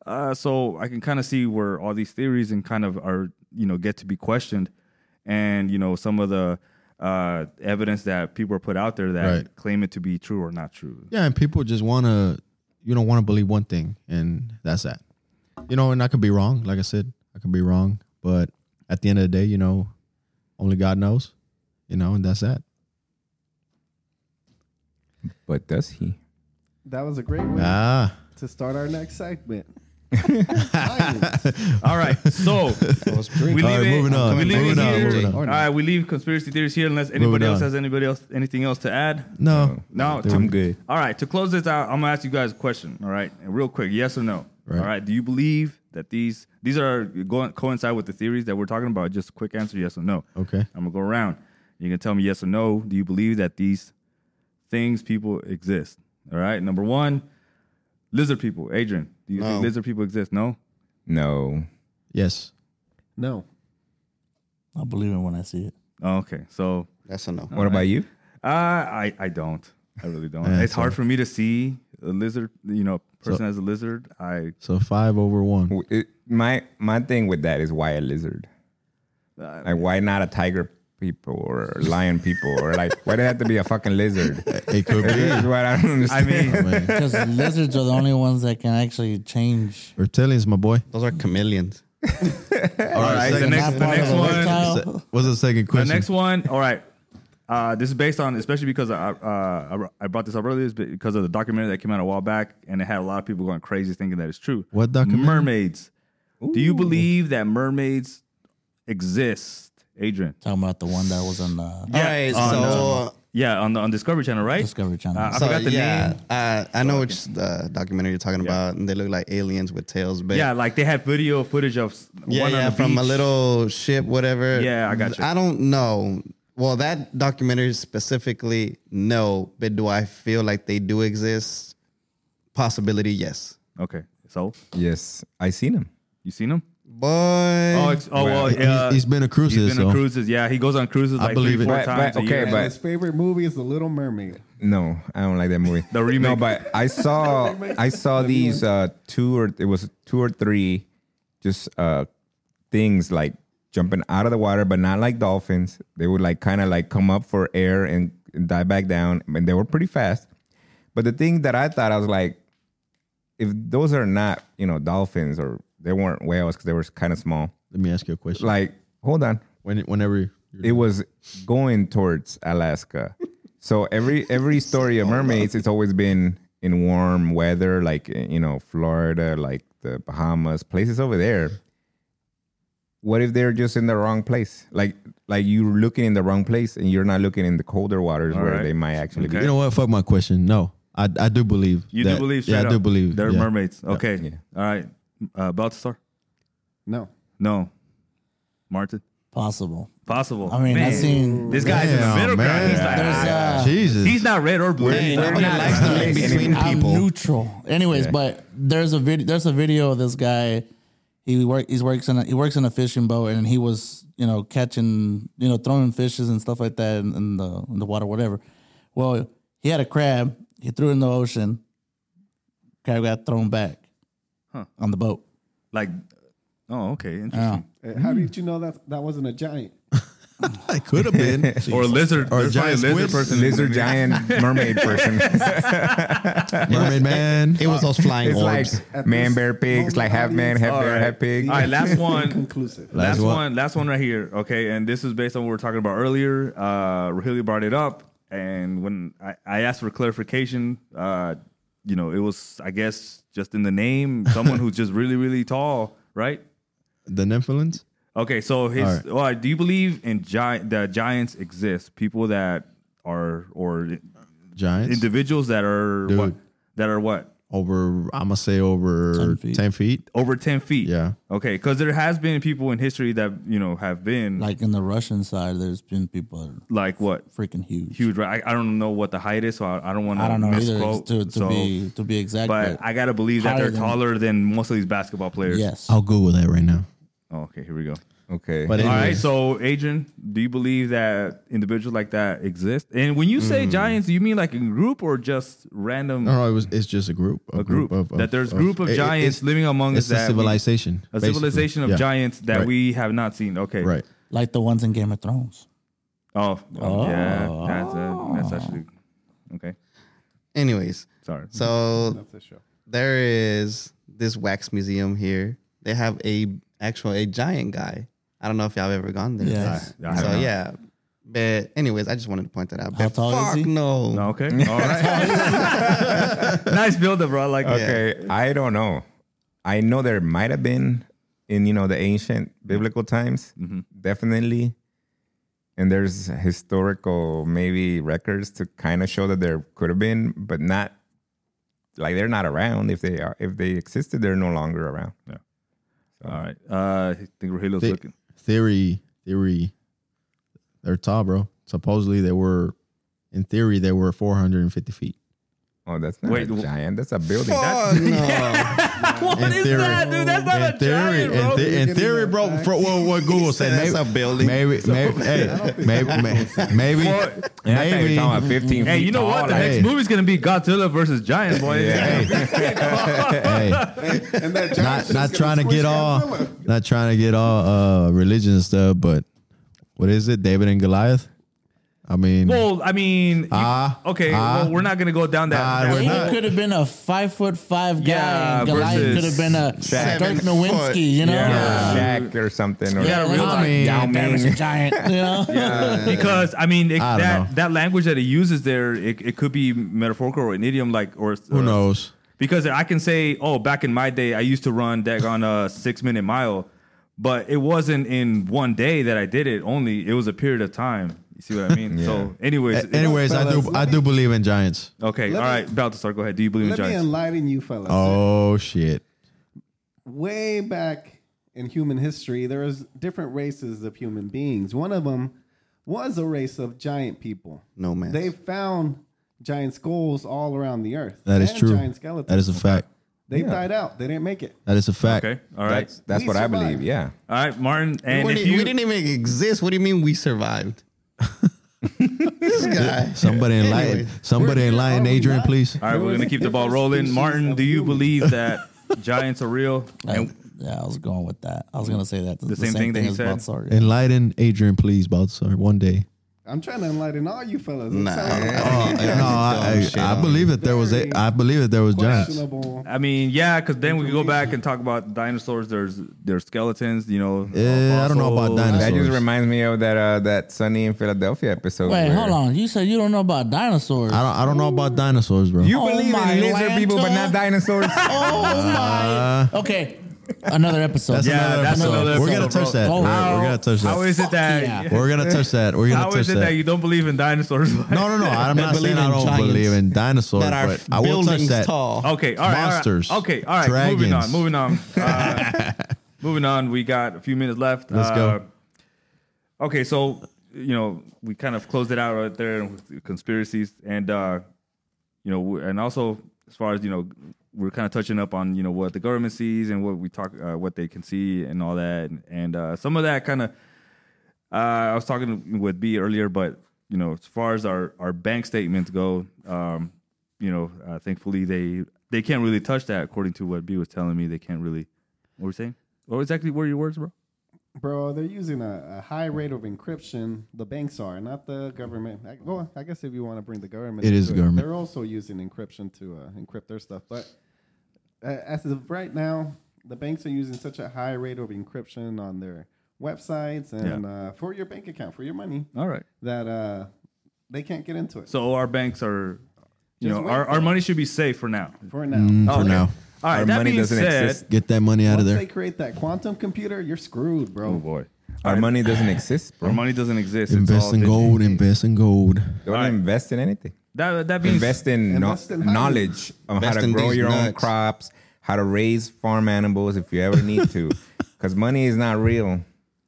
uh, so I can kind of see where all these theories and kind of are, you know, get to be questioned, and you know some of the uh, evidence that people are put out there that
Right.
claim it to be true or not true.
Yeah, and people just want to, you know, want to believe one thing, and that's that. You know, and I could be wrong. Like I said, I could be wrong, but at the end of the day, you know, only God knows. You know, and that's that.
But does he?
That was a great way
Ah,
to start our next segment. Science.
All right, so we leave
All right,
it.
moving on,
We leave
moving
it
on,
here.
moving on.
All right, we leave conspiracy theories here unless anybody else
on.
has anybody else anything else to add.
no,
No,
I'm good.
All right, to close this out, I'm gonna ask you guys a question. All right, and real quick, yes or no. All right, do you believe that these these are going coincide with the theories that we're talking about? Just a quick answer, yes or no.
Okay.
I'm gonna go around. You're gonna tell me yes or no. Do you believe that these things people exist? All right, number one, lizard people. Adrian, do you
No.
think lizard people exist? No.
No.
yes,
no.
I believe it when I see it.
Oh, okay, so
That's a no.
What about you?
uh, I I don't. I really don't.
Yeah,
it's hard
so-
for me to see a lizard. You know, person as a lizard. I
so five over one.
W- it- my my thing with that is why a lizard? Like why not a tiger people or lion people or like why did it have to be a fucking lizard?
It could
This
be
is what I don't
I
understand.
mean.
man.
Because lizards are the only ones that can actually change.
reptilians, my boy.
Those are chameleons.
All right,
the
second-
next-
Not part of
next
a
one-
reptile.
se- what's the second
The
question?
next one, all right. Uh, this is based on, especially because I, uh, I I brought this up earlier, is because of the documentary that came out a while back, and it had a lot of people going crazy thinking that it's true.
What documentary?
Mermaids. Do you believe that mermaids exist, Adrian?
Talking about the one that was on the
All right,
on,
so-
uh, yeah, on the on Discovery Channel, right?
Discovery Channel.
Uh, I
so
forgot the
yeah,
name.
uh, I know which uh, documentary you're talking about, and they look like aliens with tails. But
Yeah, like they had video footage of s-
yeah,
one on
yeah,
the
from a
beach.
little ship, whatever.
Yeah, I got you.
I don't know. Well, that documentary specifically, no. But do I feel like they do exist? Possibility, yes.
Okay, so
yes, I seen him.
you seen him?
Boy,
Oh, it's, oh well,
He's-
yeah.
Eh. he's been to cruises,
He's been to
so-
cruises. Yeah, he goes on cruises like
believe
three,
it.
four
But-
times.
but-
a year.
okay,
And
but-
his favorite movie is The Little Mermaid.
No, I don't like that movie.
The remake.
No, but I saw I saw these uh two or it was two or three just uh things like jumping out of the water, but not like dolphins. They would like kind of like come up for air and, and dive back down, and they were pretty fast. But the thing that I thought I was like, if those are not you know dolphins or they weren't whales because they were kind of small.
Let me ask you a question.
Like, hold on,
When, whenever you're
it was going towards Alaska. So every every story of mermaids, it's always been in warm weather, like you know Florida, like the Bahamas, places over there. What if they're just in the wrong place? Like like you're looking in the wrong place, and you're not looking in the colder waters
All
where
right.
they might actually
Okay.
be.
You know what? Fuck my question. No, I, I do believe.
You
that-
do believe?
Yeah,
straight
I do
up
believe.
they're
yeah.
mermaids. Okay,
Yeah.
all right. Uh, Baltasar,
No.
no, Martin,
Possible.
possible.
I mean, I seen.
this guy's in the
Damn,
middle ground.
man.
He's, like,
There's,
ah,
uh,
Jesus.
he's not red or blue.
Hey,
He's not-
nobody likes to live between
I'm
people.
neutral. Anyways, but there's a video. There's a video of this guy. He work. He's works in. A, he works in a fishing boat, and he was you know catching you know throwing fishes and stuff like that in, in the in the water, whatever. Well, he had a crab. He threw it in the ocean. Crab got thrown back
Huh.
on the boat.
Like, oh, okay, interesting.
Yeah.
Uh, How did you know that that wasn't a giant?
It could have been.
Or a lizard,
Uh, Or
or giant
giant
lizard
squids.
person,
Lizard giant mermaid person.
Mermaid man.
it was those flying
It's like
orbs.
man bear pigs, like half man, half
All
bear,
right.
half pig.
All right, last one.
Inconclusive.
Last
Last
one.
one.
last one right here. Okay, and this is based on what we were talking about earlier. Uh, Rahili brought it up, and when I, I asked for clarification, uh, you know, it was I guess just in the name, someone who's just really, really tall, right?
the Nymphalians?
Okay, so his.
All right.
Well, do you believe in giant that giants exist? People that are or
Giants.
individuals that are what?
Dude.
That are what
over, I'm going to say over
10
10
feet.
feet.
over ten feet?
Yeah.
Okay, because there has been people in history that you know have been like,
Like in the Russian side, there's been people that are
what
freaking huge.
huge. Right? I, I don't know what the height is, so I, I don't want
I don't know either
misquote.
to, to
so,
be to be exact.
but I gotta believe that
higher
they're
than-
Oh.
taller than most of these basketball players.
yes,
I'll Google that right now.
Oh, okay, here we go.
Okay.
But
All right,
anyways,
so Adrian, do you believe that individuals like that exist? And when you
Mm.
say giants, you mean like in group or just random?
no, no, it was, it's just a group, a,
a group,
of, of-
that there's group of
it- it-
giants
it's-
living among
It's
us that
a
we-
civilization,
a
basically.
civilization of
Yeah.
giants that
Right.
we have not seen. Okay,
right?
like the ones in Game of Thrones.
Oh, oh, yeah, that's uh, that's actually okay.
Anyways,
Sorry.
so
That's a show.
there is this wax museum here. They have a actual a giant guy. I don't know if y'all have ever gone there.
Yes.
I- I have
so
not.
yeah. But anyways, I just wanted to point that out.
How
But
tall is
fuck
he?
No.
No, okay. All right. nice builder, bro. I like that.
okay. I don't know. I know there might have been in you know the ancient biblical times,
Mm-hmm.
definitely. And there's historical maybe records to kind of show that there could have been, but not like they're not around. If they are, if they existed, they're no longer around.
All right. Uh, I think Rogelio's
The-
looking.
theory, theory, they're tall, bro. Supposedly they were, in theory, they were 450 feet.
Oh, that's not
Wait,
a
wh-
giant. That's a building.
Fuck no.
What
in
is
theory-
that, dude? That's not a
in theory,
giant, bro.
in, the- in
You're
theory,
getting
bro.
that
For what, what Google said,
That's
maybe,
a building.
maybe, maybe, hey, maybe, maybe, maybe,
Yeah, I thought you were talking about 15
Hey,
feet
you know
tall,
what? The
like-
next
hey.
movie's gonna be Godzilla versus Giant Boy.
hey,
And that
not
giant's
not
just
trying
gonna
to get
squish
all,
Godzilla.
not trying to get all uh religion and stuff, but what is it, David and Goliath? I mean,
Well, I mean, you-
Ah,
okay,
ah,
well, we're not gonna go down that.
ah,
that
we're
road.
not-
David could have been a five foot five guy,
Yeah,
and Goliath
versus
could have been a
Seven
Dirk Nowinski,
foot.
you know?
yeah. Shaq or something. Or
Yeah,
like,
real
oh,
life.
yeah,
Yao
there was a
Ming.
giant, you know?
because I mean it,
I don't
that
know.
that language that it uses there, it, it could be metaphorical or an idiom, like or uh,
who knows?
Because I can say, oh, back in my day, I used to run that on a six minute mile, but it wasn't in one day that I did it. Only it was a period of time. You see what I mean? So, anyways, it-
Anyways, I do,
fellas,
I
let
do believe in giants.
okay,
Let
all
me-
right, Baltasar, go ahead. Do you believe in
Let me
giants?
enlighten you, fellas.
Oh shit.
way back in human history, there was different races of human beings. One of them was a race of giant people.
No man.
They found giant skulls all around the earth.
That is
and
true.
Giant skeletons.
That is a fact.
they died out. They didn't make it.
That is a fact.
okay, all right,
That's, that's
We
what I
survived.
believe. Yeah.
all right, Martin, and
we,
if
didn't, we
you
didn't even exist. What do you mean we survived? this guy.
Somebody enlighten,
Anyways,
somebody
we're-
enlighten
are we
Adrian,
not?
please.
all right, we're gonna keep the ball
Different
rolling.
species
Martin,
of
do you
humans.
believe that giants are real?
I- yeah, I was going with that. I was going to say that. The,
same thing that he
as
said?
Baltzar, yeah.
Enlighten Adrian, please, Baltasar. One day.
I'm trying to enlighten all you fellas. It
Nah.
sounds
Oh, no, I, I, I believe that there was. A, I believe that there was giants.
questionable.
I mean, yeah, because then we could go back and talk about dinosaurs. There's their skeletons, you know. uh,
Eh, I don't know about
fossils.
That
dinosaurs.
just reminds me of that uh, that Sunny in Philadelphia episode.
Wait,
where-
hold on. You said you don't know about dinosaurs.
I don't. I don't know about dinosaurs, bro.
You
Oh
believe
my
in lizard people, but
lanta.
not dinosaurs.
oh, my. Okay. Another episode.
That's
Yeah,
another
that's
episode.
another
We're gonna
episode,
touch
bro.
that.
Oh,
We're,
how-
we're gonna touch
How
that.
is it that?
yeah.
We're gonna touch that. We're gonna
How
touch
is it that you don't believe in dinosaurs?
No, no, no. I'm not
believe
saying I
in
don't
giants
believe in dinosaurs,
that are
but I will touch
buildings
that.
tall.
Okay, all right. all right.
Monsters,
Okay, all right. Moving on.
dragons.
Moving on. Uh, moving on. We got a few minutes left.
Let's go.
Uh, okay, so you know we kind of closed it out right there with conspiracies, and uh, you know, we- and also as far as you know, we're kind of touching up on you know what the government sees and what we talk, uh, what they can see, and all that, and, and uh, some of that kind of uh, I was talking with B earlier, but you know, as far as our, our bank statements go, um, you know, uh, thankfully they they can't really touch that. According to what B was telling me, they can't really. What were you saying? What exactly were your words, bro?
Bro, they're using a, a high rate of encryption. The banks are, not the government. I, well, I guess if you want to bring the government,
It is
into
government.
They're also using encryption to uh, encrypt their stuff. But uh, as of right now, the banks are using such a high rate of encryption on their websites and
Yeah.
uh, for your bank account, for your money,
All right.
that uh, they can't get into it
So our banks are, you
Just
know,
wait
our,
for
our money should be safe for now.
for now.
Oh, okay.
now.
All right.
Our
that
money
being
doesn't
said,
exist.
Get that money out of
Once they
there.
create that quantum computer, you're screwed, bro.
Oh boy,
Our money doesn't exist,
our
bro.
money doesn't exist. It's all
Invest in
digi-
gold. Invest in gold.
Don't invest in anything.
That that being
Invest in no-
Invest in how you-
knowledge of how
Invest
to
in
grow
these
your own
nuts.
crops, how to raise farm animals if you ever need to, because money is not real.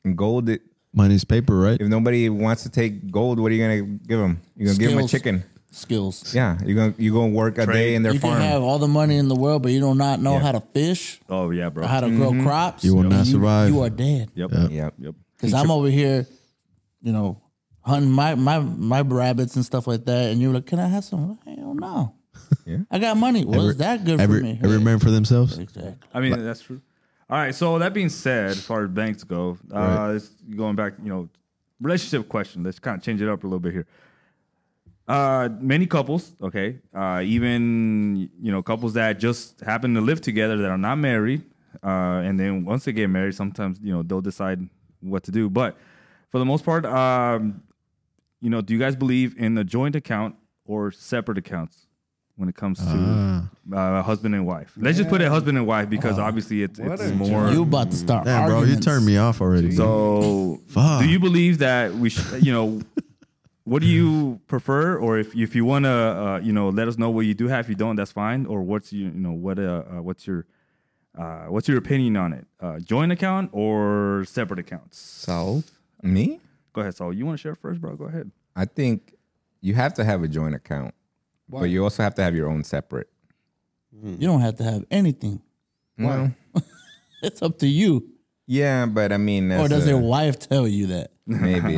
And gold, i-
Money's paper, right?
if nobody wants to take gold, what are you gonna give them? You're gonna give them a
Skills.
chicken.
skills.
Yeah, you're gonna you're gonna work a day in their
You
farm.
can have all the money in the world, but you do not know
Yeah.
how to fish
Oh yeah, bro.
or
Uh-huh.
how to grow crops.
You will not survive.
You are dead.
Yep.
yep.
Yep.
Because I'm over here, you know, hunting my, my my rabbits and stuff like that. And you're like, can I have some? Hell no.
Yeah.
I got money. Well, is that good
Every,
for me?
every man for themselves.
Exactly.
I mean, that's true. All right. So that being said, as far as banks go, uh, it's going back, you know, relationship question. Let's kind of change it up a little bit here. Uh, many couples, okay, uh, even you know, couples that just happen to live together that are not married, uh, and then once they get married, sometimes you know they'll decide what to do. But for the most part, um, you know, do you guys believe in a joint account or separate accounts when it comes to uh, husband and wife? Let's just put it husband and wife because obviously it's,
what
it's
a
more.
You about to start
Damn, bro, you
arguments.
turned me off already. So
So,
Fuck.
do you believe that we should, you know, what do you prefer? Or if, if you want to, uh, you know, let us know what you do have. If you don't, that's fine. Or what's, you, you know, what, uh, uh, what's your, uh, what's your opinion on it? Uh, joint account or separate accounts?
So
Me,
Go ahead, Saul. You want to share first, bro? Go ahead.
I think you have to have a joint account,
Why?
but you also have to have your own separate.
You don't have to have anything.
Well,
It's up to you.
yeah, but I mean,
or
as
does
a-
your wife tell you that?
maybe?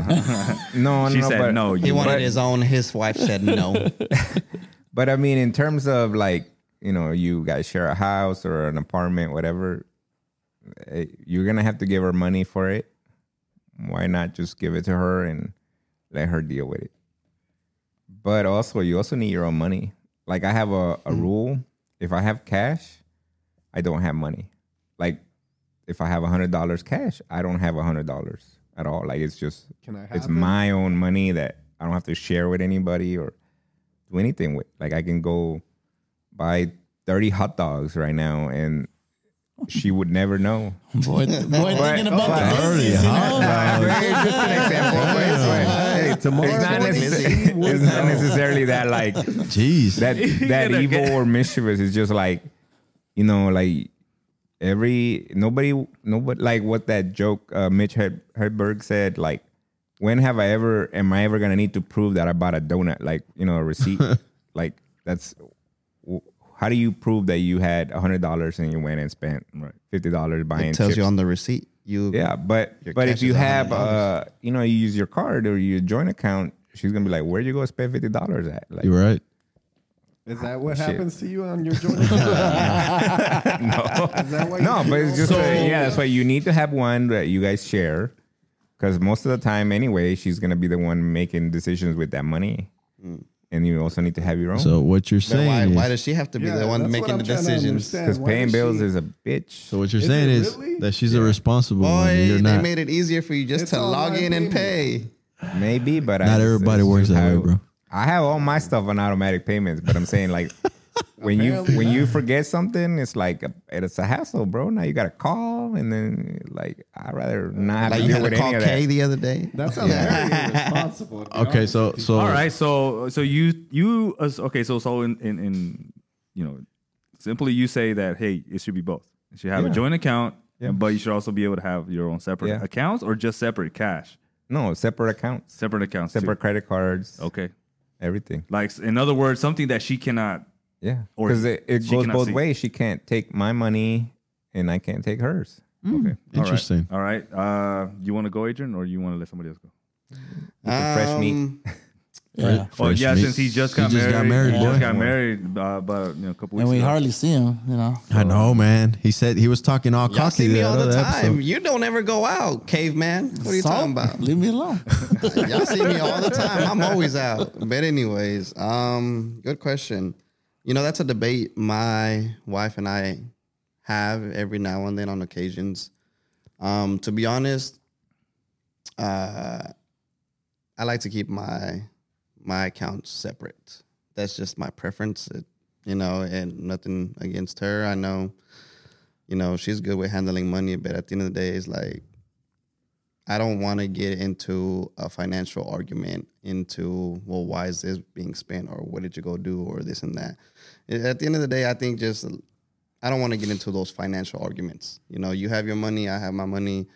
no,
She
no,
said
but,
no.
he
You
wanted
But-
his own. His wife said no.
But I mean, in terms of like, you know, you guys share a house or an apartment, whatever, eh, you're gonna have to give her money for it. Why not just give it to her and let her deal with it? But also, you also need your own money. Like I have a, a
Mm.
rule: if I have cash, I don't have money. Like if I have a hundred dollars cash, I don't have a hundred dollars at all. Like it's just
Can I have
it's
it?
my own money that I don't have to share with anybody or do anything with. Like I can go buy 30 hot dogs right now and she would never know.
Boy, boy thinking about
but-
the business, you know?
It's just an example. but- but-
tomorrow
it's not,
morning,
necessarily, it's not necessarily that like
jeez,
that that
gotta
evil
get-
or mischievous. It's just like you know, like every nobody nobody like what that joke uh, Mitch Hed, Hedberg said. Like, when have I ever am I ever gonna need to prove that I bought a donut? Like you know, a receipt. like that's w- how do you prove that you had hundred dollars and you went and spent
Right.
fifty dollars buying
It tells
chips?
you on the receipt. You
Yeah, but
Your
but if
cash
you
is $100.
have uh you know you use your card or your joint account, she's gonna be like, where you go spend fifty dollars at? Like,
you're right.
Is that what
Shit.
happens to you on your joint? account?
no,
Is that why you
no, but
feel
it's just
so-
uh, yeah. That's why you need to have one that you guys share, because most of the time, anyway, she's gonna be the one making decisions with that money,
Mm.
and you also need to have your own.
So what you're
Oh. Then
saying?
why, why
is,
does she have to be
Yeah,
the one
that's what
making
I'm
the
trying to
decisions?
understand.
because
Why
paying bills
she-
is a bitch.
so what you're
Is
saying
it
is
really?
that she's a responsible one. and
Boy,
You're
they
not.
made it easier for you just
It's
to
all
log
my
in and
payment.
pay.
Maybe, but I
Not
just-
everybody
it's
works
just
that way,
how-
bro.
I have all my stuff on automatic payments, but I'm saying like when you
Apparently
when you forget something, it's like a, it's a hassle, bro. Now you got to call, and then like I'd rather not have
Like
to
you
deal
had
with
to
any
call
of
Kay
that.
the other day.
That sounds very irresponsible. to be
Okay,
honest
so
with you.
so
All right. So so you you as okay. So so in in, in you know simply you say that hey it should be both. You should have a
Yeah.
joint account, but you should also be able to have your own separate
Yeah.
accounts or just separate cash,
No, separate accounts,
separate accounts. too.
separate credit cards,
Okay.
everything.
Like in other words, something that she cannot.
Yeah,
Or
because it, it
she
goes
cannot
both
see.
ways. She can't take my money, and I can't take hers.
okay.
Interesting.
All right. All right. Uh, you want to go, Adrian, or you want to let somebody else go?
the fresh meat.
Um,
Yeah.
Oh
Fresh
yeah,
meat.
since he just got
He
married.
just got married,
he just
boy.
got married, uh, about you know, a couple weeks
And we
ago.
hardly see him, you know.
I know, man. He said he was talking all
Y'all
cocky
see me
that
all the
other
time.
episode.
You don't ever go out, caveman. What are you
Salt?
talking about?
Leave me alone.
Y'all see me all the time. I'm always out. But anyways, um, good question. You know, that's a debate my wife and I have every now and then on occasions. Um, to be honest, uh, I like to keep my my accounts separate. That's just my preference. It, you know, and nothing against her. I know, you know, she's good with handling money, but at the end of the day, it's like I don't want to get into a financial argument into well, why is this being spent or what did you go do or this and that. At the end of the day, I think just I don't want to get into those financial arguments. You know, you have your money, I have my money.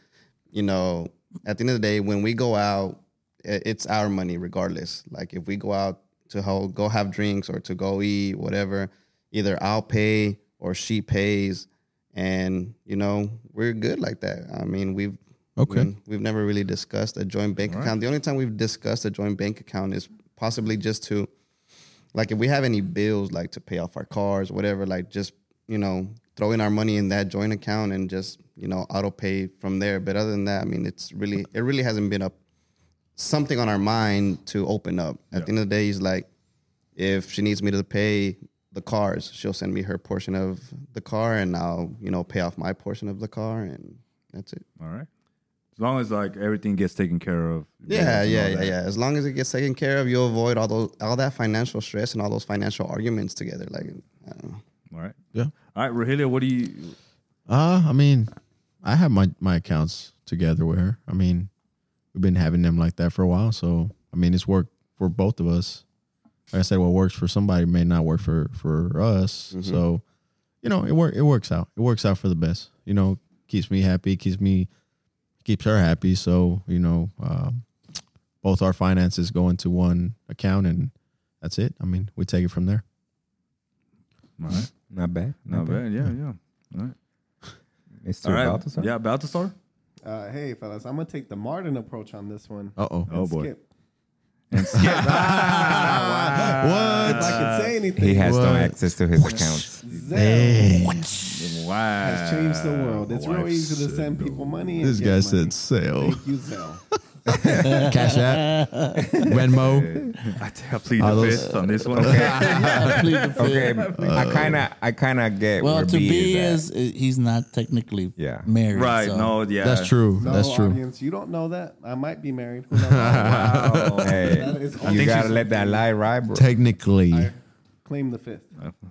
You know, at the end of the day, when we go out, i- it's our money regardless. Like if we go out to ho- go have drinks or to go eat, whatever, either I'll pay or she pays. And, you know, we're good like that. I mean, we've,
Okay.
we- we've never really discussed a joint bank account. The only time we've discussed a joint bank account is possibly just to, like, if we have any bills, like to pay off our cars, whatever, like just, you know, throwing our money in that joint account and just, you know, auto pay from there. But other than that, I mean, it's really, it really hasn't been up something on our mind to open up. At the end of the day, he's like, if she needs me to pay the cars, she'll send me her portion of the car, and I'll you know pay off my portion of the car, and that's it.
All right. As long as like everything gets taken care of.
Yeah,
and
yeah,
all
yeah,
that.
yeah. As long as it gets taken care of, you'll avoid all those all that financial stress and all those financial arguments together. Like, I don't know.
All right.
Yeah.
All right, Rogelio, what do you?
Uh, I mean, I have my my accounts together with her. I mean, we've been having them like that for a while, so I mean, it's worked for both of us. Like I said, what works for somebody may not work for for us.
Mm-hmm.
So, you know, it work it works out. It works out for the best. You know, keeps me happy, keeps me keeps her happy. So, you know, um, both our finances go into one account, and that's it. I mean, we take it from there.
All right.
Not bad.
Not bad. Yeah, yeah. All right.
Mr.
All right.
Baltasar?
Yeah, Baltasar.
Uh, hey, fellas, I'm gonna take the Martin approach on this one.
Uh oh.
Oh, boy.
Skip.
What?
if I
Uh,
could say anything,
He has no
What?
access to his accounts.
Zelle
Wow.
has changed the world. It's real
Wife
easy to
said
send
no.
people money. and
This
get
guy
money.
said sale.
"Thank you, Zelle."
Cash App, Venmo.
I, t- I plead
All
the
those-
fifth on this one.
I plead the fifth.
Okay,
Uh,
I kind of, I kind of get
Well,
where
to
B
be
at.
is, uh, he's not technically
Yeah.
married.
Right.
so-
No. Yeah.
That's true.
No,
That's true.
audience, you don't know that. I might be married. Who knows?
Wow.
Hey,
That is all-
you
think
gotta
she's-
let that lie ride, bro.
Technically,
Claim the fifth.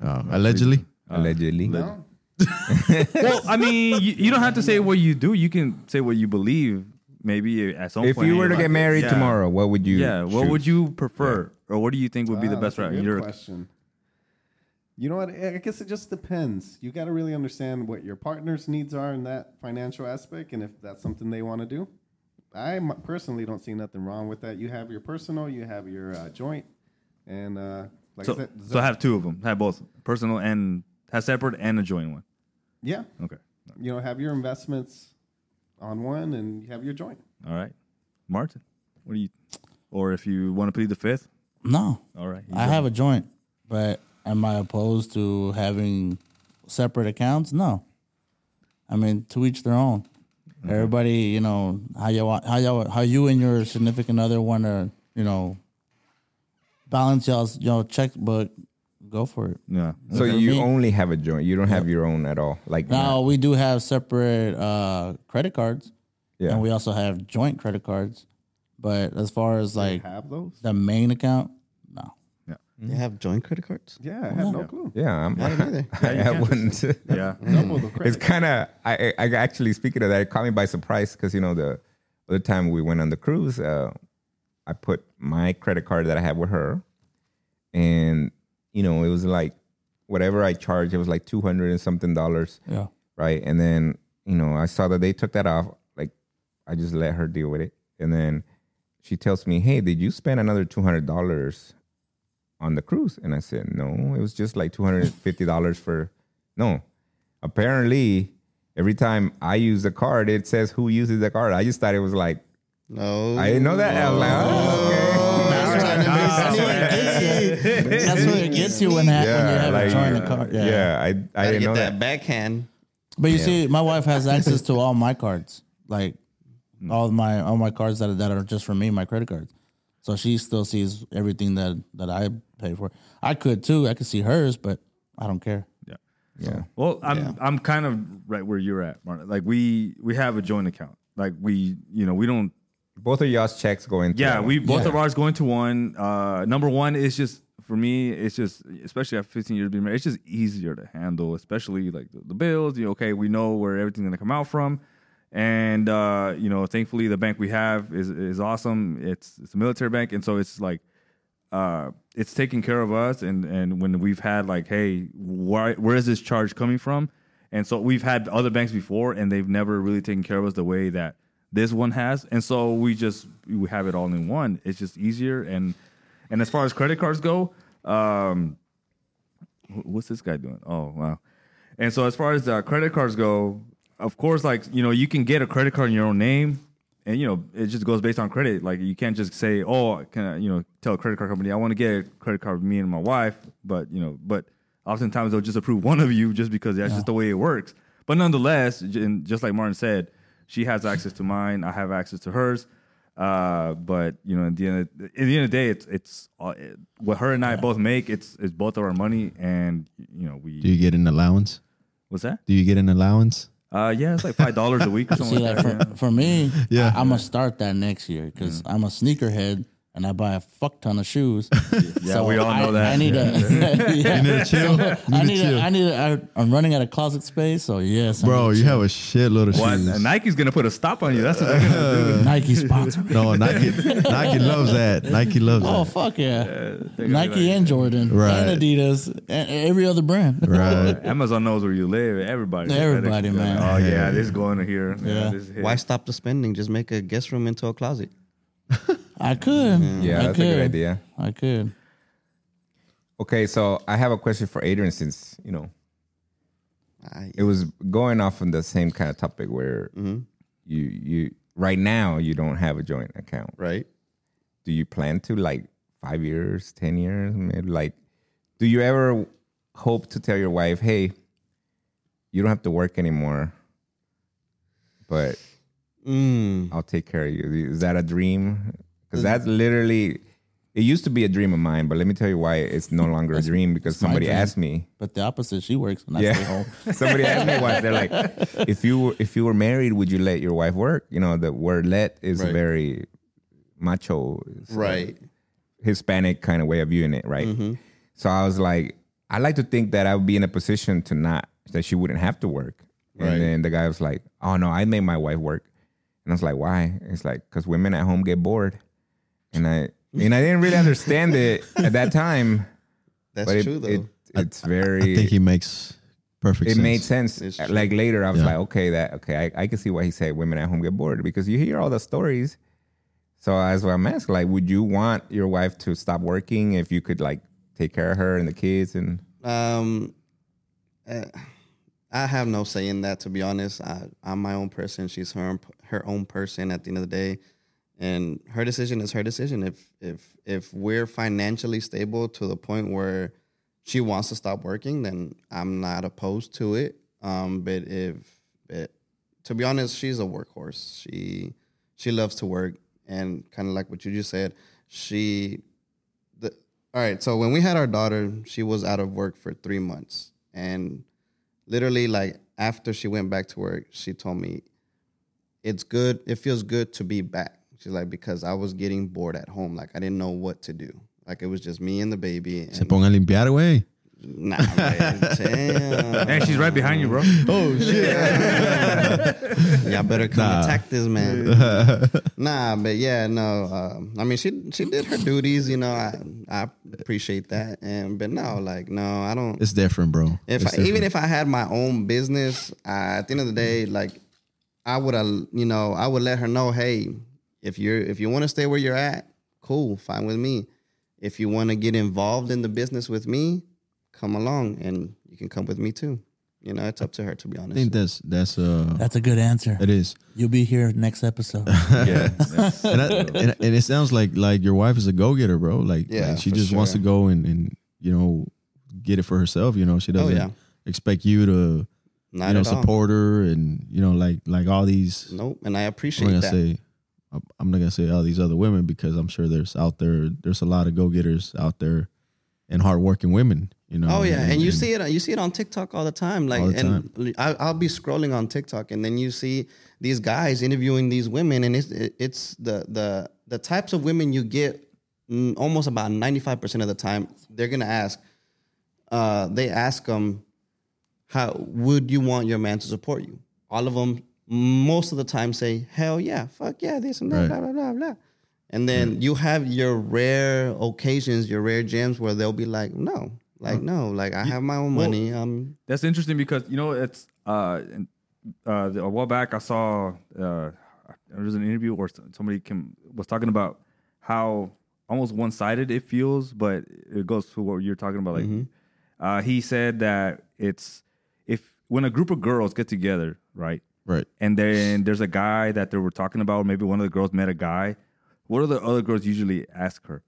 uh, allegedly.
Allegedly.
No,
well, I mean, you, you don't have to say what you do. You can say what you believe. Maybe at some
If
point.
you were to
like,
get married
yeah.
tomorrow, what would you?
yeah. What would
choose?
you prefer, or what do you think would be the
Ah,
best
that's
route?
a good
You're-
question. You know what? I guess it just depends. You got to really understand what your partner's needs are in that financial aspect, and if that's something they want to do. I m- personally don't see nothing wrong with that. You have your personal, you have your uh, joint, and uh, like I
so,
said,
so have two of them. Have both personal and have separate and a joint one.
yeah,
Okay.
you know, have your investments on one, and you have your joint.
All right, Martin. What do you? Or if you want to plead the fifth.
No.
All right.
I have a joint, but am I opposed to having separate accounts? No. I mean, to each their own. Everybody, you know, how you want, how you how you and your significant other want to, you know, balance y'all's y'all checkbook. Go for it.
Yeah.
So
For
you
me-
only have a joint. You don't have your own at all. Like
Now we do have separate uh, credit cards,
yeah.
and we also have joint credit cards. But as far as like
Have those?
the main account, no.
They have joint credit cards.
Yeah, I have no clue.
yeah, I'm,
I don't either.
I have one. too.
Yeah.
Double the
It's
credit.
kind of I, I I actually speaking of that, it caught me by surprise because you know the other time we went on the cruise, uh, I put my credit card that I had with her, and you know it was like whatever I charged, it was like two hundred and something dollars,
Yeah.
right? And then you know I saw that they took that off. Like I just let her deal with it, and then she tells me, "Hey, did you spend another two hundred dollars on the cruise?" And I said, "No, it was just like two hundred and fifty dollars for no." Apparently, every time I use the card, it says who uses the card. I just thought it was like
No,
I didn't know that. I was like, oh, okay.
That's what I
That's
mean.
what it gets you. That's what it gets you when, ha- when you have a joint card. Yeah.
yeah, I I
Gotta
didn't
get
know
that,
that.
backhand.
But you see, my wife has access to all my cards, like all my all my cards that that are just for me, my credit cards. So she still sees everything that that I pay for. I could too. I could see hers, but I don't care.
Yeah.
Yeah,
Well, I'm I'm kind of right where you're at, Martin. Like we we have a joint account. Like we you know we don't.
both of y'all's checks going. to
Yeah,
that
we
one.
both of ours going to one. Uh, number one is just for me. It's just especially after 15 years being married, it's just easier to handle, especially like the, the bills. You know, okay, we know where everything's gonna come out from, and uh, you know, thankfully the bank we have is is awesome. It's it's a military bank, and so it's like uh, it's taking care of us and and when we've had like hey why where is this charge coming from and so we've had other banks before and they've never really taken care of us the way that this one has and so we just we have it all in one it's just easier and And as far as credit cards go, um, wh- what's this guy doing? Oh wow! And so as far as uh, credit cards go, of course, like you know, you can get a credit card in your own name, and you know, it just goes based on credit. Like you can't just say, oh, can I, you know, tell a credit card company I want to get a credit card with me and my wife, but you know, but oftentimes they'll just approve one of you just because that's just the way it works. But nonetheless, j- and just like Martin said, she has access to mine. I have access to hers. Uh, but you know, at the end, of, at the end of the day, it's it's uh, it, what her and I both make. It's it's both of our money, and you know, we
Do you get an allowance?
what's that?
Do you get an allowance?
Uh, yeah, it's like five dollars a week or something
See,
like
like
that.
for, for me,
Yeah.
I, am gonna start that next year because I'm a sneakerhead and I buy a fuck ton of shoes.
yeah, we all know
I,
that.
I need a. yeah.
chill. You need
I
to
need a.
chill.
I need a. I, I'm running out of closet space, so yes, I
Bro,
need
you have a shitload of
Well,
shoes.
and Nike's gonna put a stop on you. That's what they're gonna do.
Nike sponsor. me.
No, Nike, Nike loves that. Nike loves
Oh
that.
fuck yeah!
They're gonna be
Nike
like,
and Jordan
Right.
and Adidas and every other brand.
Right.
Amazon knows where you live. Everybody,
Everybody,
They're like, Oh
man.
yeah, this is going to here.
Yeah.
this is here.
Why stop the spending? Just make a guest room into a closet.
I could.
Mm-hmm.
Yeah,
I
that's
could.
a good idea.
I could.
Okay, so I have a question for Adrian since you know
I,
it was going off on the same kind of topic where
Mm-hmm.
you you right now you don't have a joint account.
right?
Do you plan to like five years, ten years, maybe like? Do you ever hope to tell your wife, "Hey, you don't have to work anymore, but
Mm.
I'll take care of you"? Is that a dream? Because that's literally. It used to be a dream of mine, but let me tell you why it's no longer a dream because
my
somebody
dream.
asked me.
But the opposite, she works when I
Yeah.
stay home.
Somebody asked me once. They're like, if you were, if you were married, would you let your wife work? You know, the word "let" is a
Right.
very macho, it's a
Right.
Hispanic kind of way of viewing it, right?
Mm-hmm.
So I was like, I like to think that I would be in a position to not that she wouldn't have to work.
Right.
And then the guy was like, "Oh no, I made my wife work," and I was like, "Why?" It's like because women at home get bored, and I and I didn't really understand it at that time.
That's
But it,
true, though.
it- it's very.
I think he makes perfect
It
sense.
made sense.
It's
Uh,
true.
Like later, I was
Yeah.
like, okay, that okay, I, I can see why he said women at home get bored because you hear all the stories. So that's why I'm asking, like, would you want your wife to stop working if you could like take care of her and the kids and
Um, uh, I have no say in that, to be honest. I, I'm my own person. She's her own, her own person at the end of the day, and her decision is her decision. If if if we're financially stable to the point where she wants to stop working, then I'm not opposed to it. Um, but if but to be honest, she's a workhorse. She she loves to work, and kind of like what you just said, she the, all right so when we had our daughter she was out of work for three months and literally like after she went back to work she told me it's good it feels good to be back she's like because i was getting bored at home like i didn't know what to do like it was just me and the baby and
Se ponga a limpiar, güey.
nah, man, damn.
Hey, she's right behind you, bro.
Oh, shit.
Y'all better come
Nah.
attack this man. nah, but yeah, no. Um, I mean, she she did her duties. You know, I I appreciate that. And but no, like no, I don't.
It's different, bro.
If
It's
I, even if I had my own business, I, at the end of the day, like I would, uh, you know, I would let her know, hey, if you're if you want to stay where you're at, cool, fine with me. If you want to get involved in the business with me, come along, and you can come with me too. You know, it's up to her to be
I think
honest.
that's that's uh
That's a good answer.
it is.
You'll be here next episode.
yeah, that's-
and, I, and, and it sounds like like your wife is a go getter, bro. Like,
Yeah,
like she
for
just wants to
sure.
go and and you know get it for herself. You know, she doesn't
Oh, yeah.
expect you to
Not
you know
at all.
support her and you know like like all these.
Nope, and I
I'm not
appreciate
gonna
that.
say I'm- I'm not gonna say all these other women because I'm sure there's out there there's a lot of go getters out there and hardworking women. You know.
Oh yeah, and, you see it you see it on TikTok all the time. Like,
All the
and I, I'll be scrolling on TikTok, and then you see these guys interviewing these women, and it's it, it's the the the types of women you get mm, almost about ninety five percent of the time. They're gonna ask, uh, they ask them, how would you want your man to support you? All of them, most of the time, say, hell yeah, fuck yeah, this and that,
Right.
blah, blah, blah, blah. And then you have your rare occasions, your rare gems where they'll be like, no, like, no, like, I have my own money. Um,
That's interesting because you know it's uh, and, uh a while back I saw uh there was an interview or s- somebody came was talking about how almost one sided. It feels, but it goes to what you're talking about. Like
Mm-hmm.
uh, he said that it's if when a group of girls get together, right,
Right.
and then there's a guy that they were talking about. Maybe one of the girls met a guy. What do the other girls usually ask her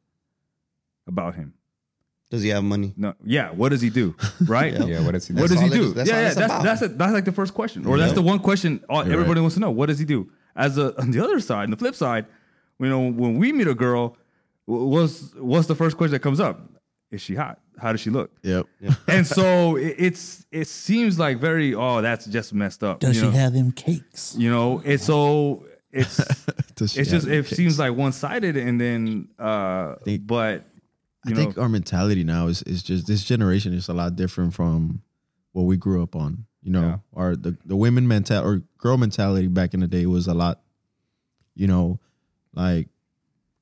about him?
Does he have money?
No, yeah. What does he do? Right?
Yeah, what is he?
What does he
all it
do?
is- that's
yeah,
all
yeah.
it's
That's
about.
that's, it that's like the first question, or that's the one question all,
You're
everybody
right.
wants to know. What does he do? As a, on the other side, on the flip side, you know, when we meet a girl, wh- what's what's the first question that comes up? Is she hot? How does she look?
Yep.
And so it, it's it seems like very oh that's just messed up.
Does
you
she
know?
have them cakes?
You know, it's so it's
Does she
it's
have
just
any
it seems like one sided, and then uh,
Think-
but
I
you know,
think our mentality now is is just this generation is a lot different from what we grew up on. You know,
Yeah.
our the, the women mentality or girl mentality back in the day was a lot, you know, like,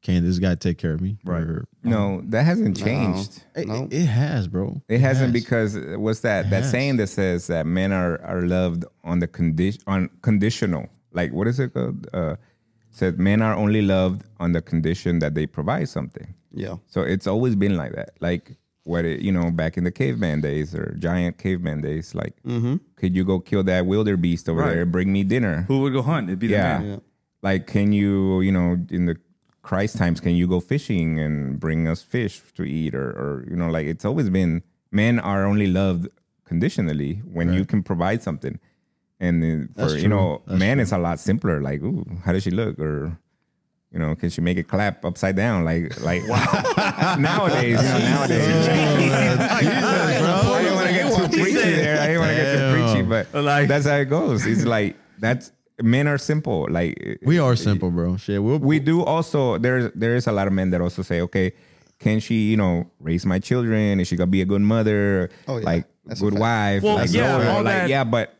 can this guy take care of me?
Right.
Or-
No, that hasn't changed.
it,
No.
it has, bro.
It hasn't
has.
because uh, what's that? that
has.
saying that says that men are, are loved on the condition on conditional. Like what is it called? Uh, said men are only loved on the condition that they provide something.
Yeah.
So it's always been like that. Like what it, you know, back in the caveman days or giant caveman days, like could you go kill that wilder beast over
Mm-hmm. Right.
there? Bring me dinner.
who would go hunt? It'd be the
yeah.
man.
Like can you, you know, in the Christ times, can you go fishing and bring us fish to eat or or you know, like it's always been men are only loved conditionally when you can provide something. And uh, for
That's
you know,
true. That's
man it's a lot simpler. Like, ooh, how does she look? Or you know, can she make it clap upside down? Like, like wow. nowadays, you know, nowadays. I
Oh,
didn't want to get too preachy there. I didn't want to get too
Damn.
preachy, but
Like-
that's how it goes. It's like that's men are simple. Like
We are simple, bro. Shit, we'll,
we do also there's there is a lot of men that also say, okay, can she you know raise my children? Is she gonna be a good mother?
Oh, yeah.
like
That's a
good
fact.
wife.
Well,
like,
yeah,
lover,
all
like,
that-
yeah, but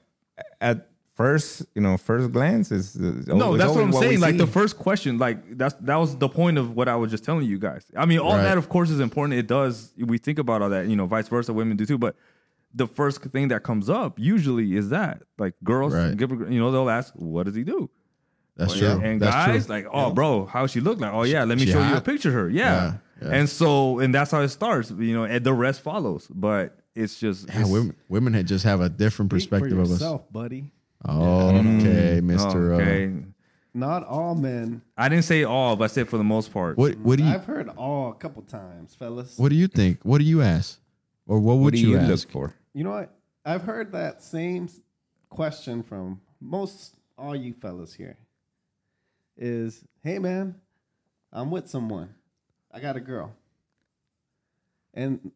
at first you know first glance is
No, that's what I'm saying. Like the first question, like that's that was the point of what I was just telling you guys. I mean, all
Right.
that of course is important. It does we think about all that, you know, vice versa, women do too. But the first thing that comes up usually is that like girls,
Right.
give a- you know, they'll ask, "What does he do?"
that's
Yeah.
true.
And
that's
guys,
true.
like, oh, bro, how she look like? Oh yeah, let me
she
show you a
hot?
picture of her. Yeah.
Yeah, yeah.
And so, and that's how it starts. You know, and the rest follows. But it's just
Yeah,
it's-
women, women had just have a different
Speak for
perspective of us.
yourself, buddy.
okay,
oh,
Mister. uh,
okay.
Not all men.
I didn't say all, but I said for the most part.
what what do you
I've heard all a couple times, fellas.
what do you think? What do you ask, or what would
what do
you,
you
ask?
look for?
You know what? I've heard that same s- question from most all you fellas here. Is hey man, I'm with someone. I got a girl. And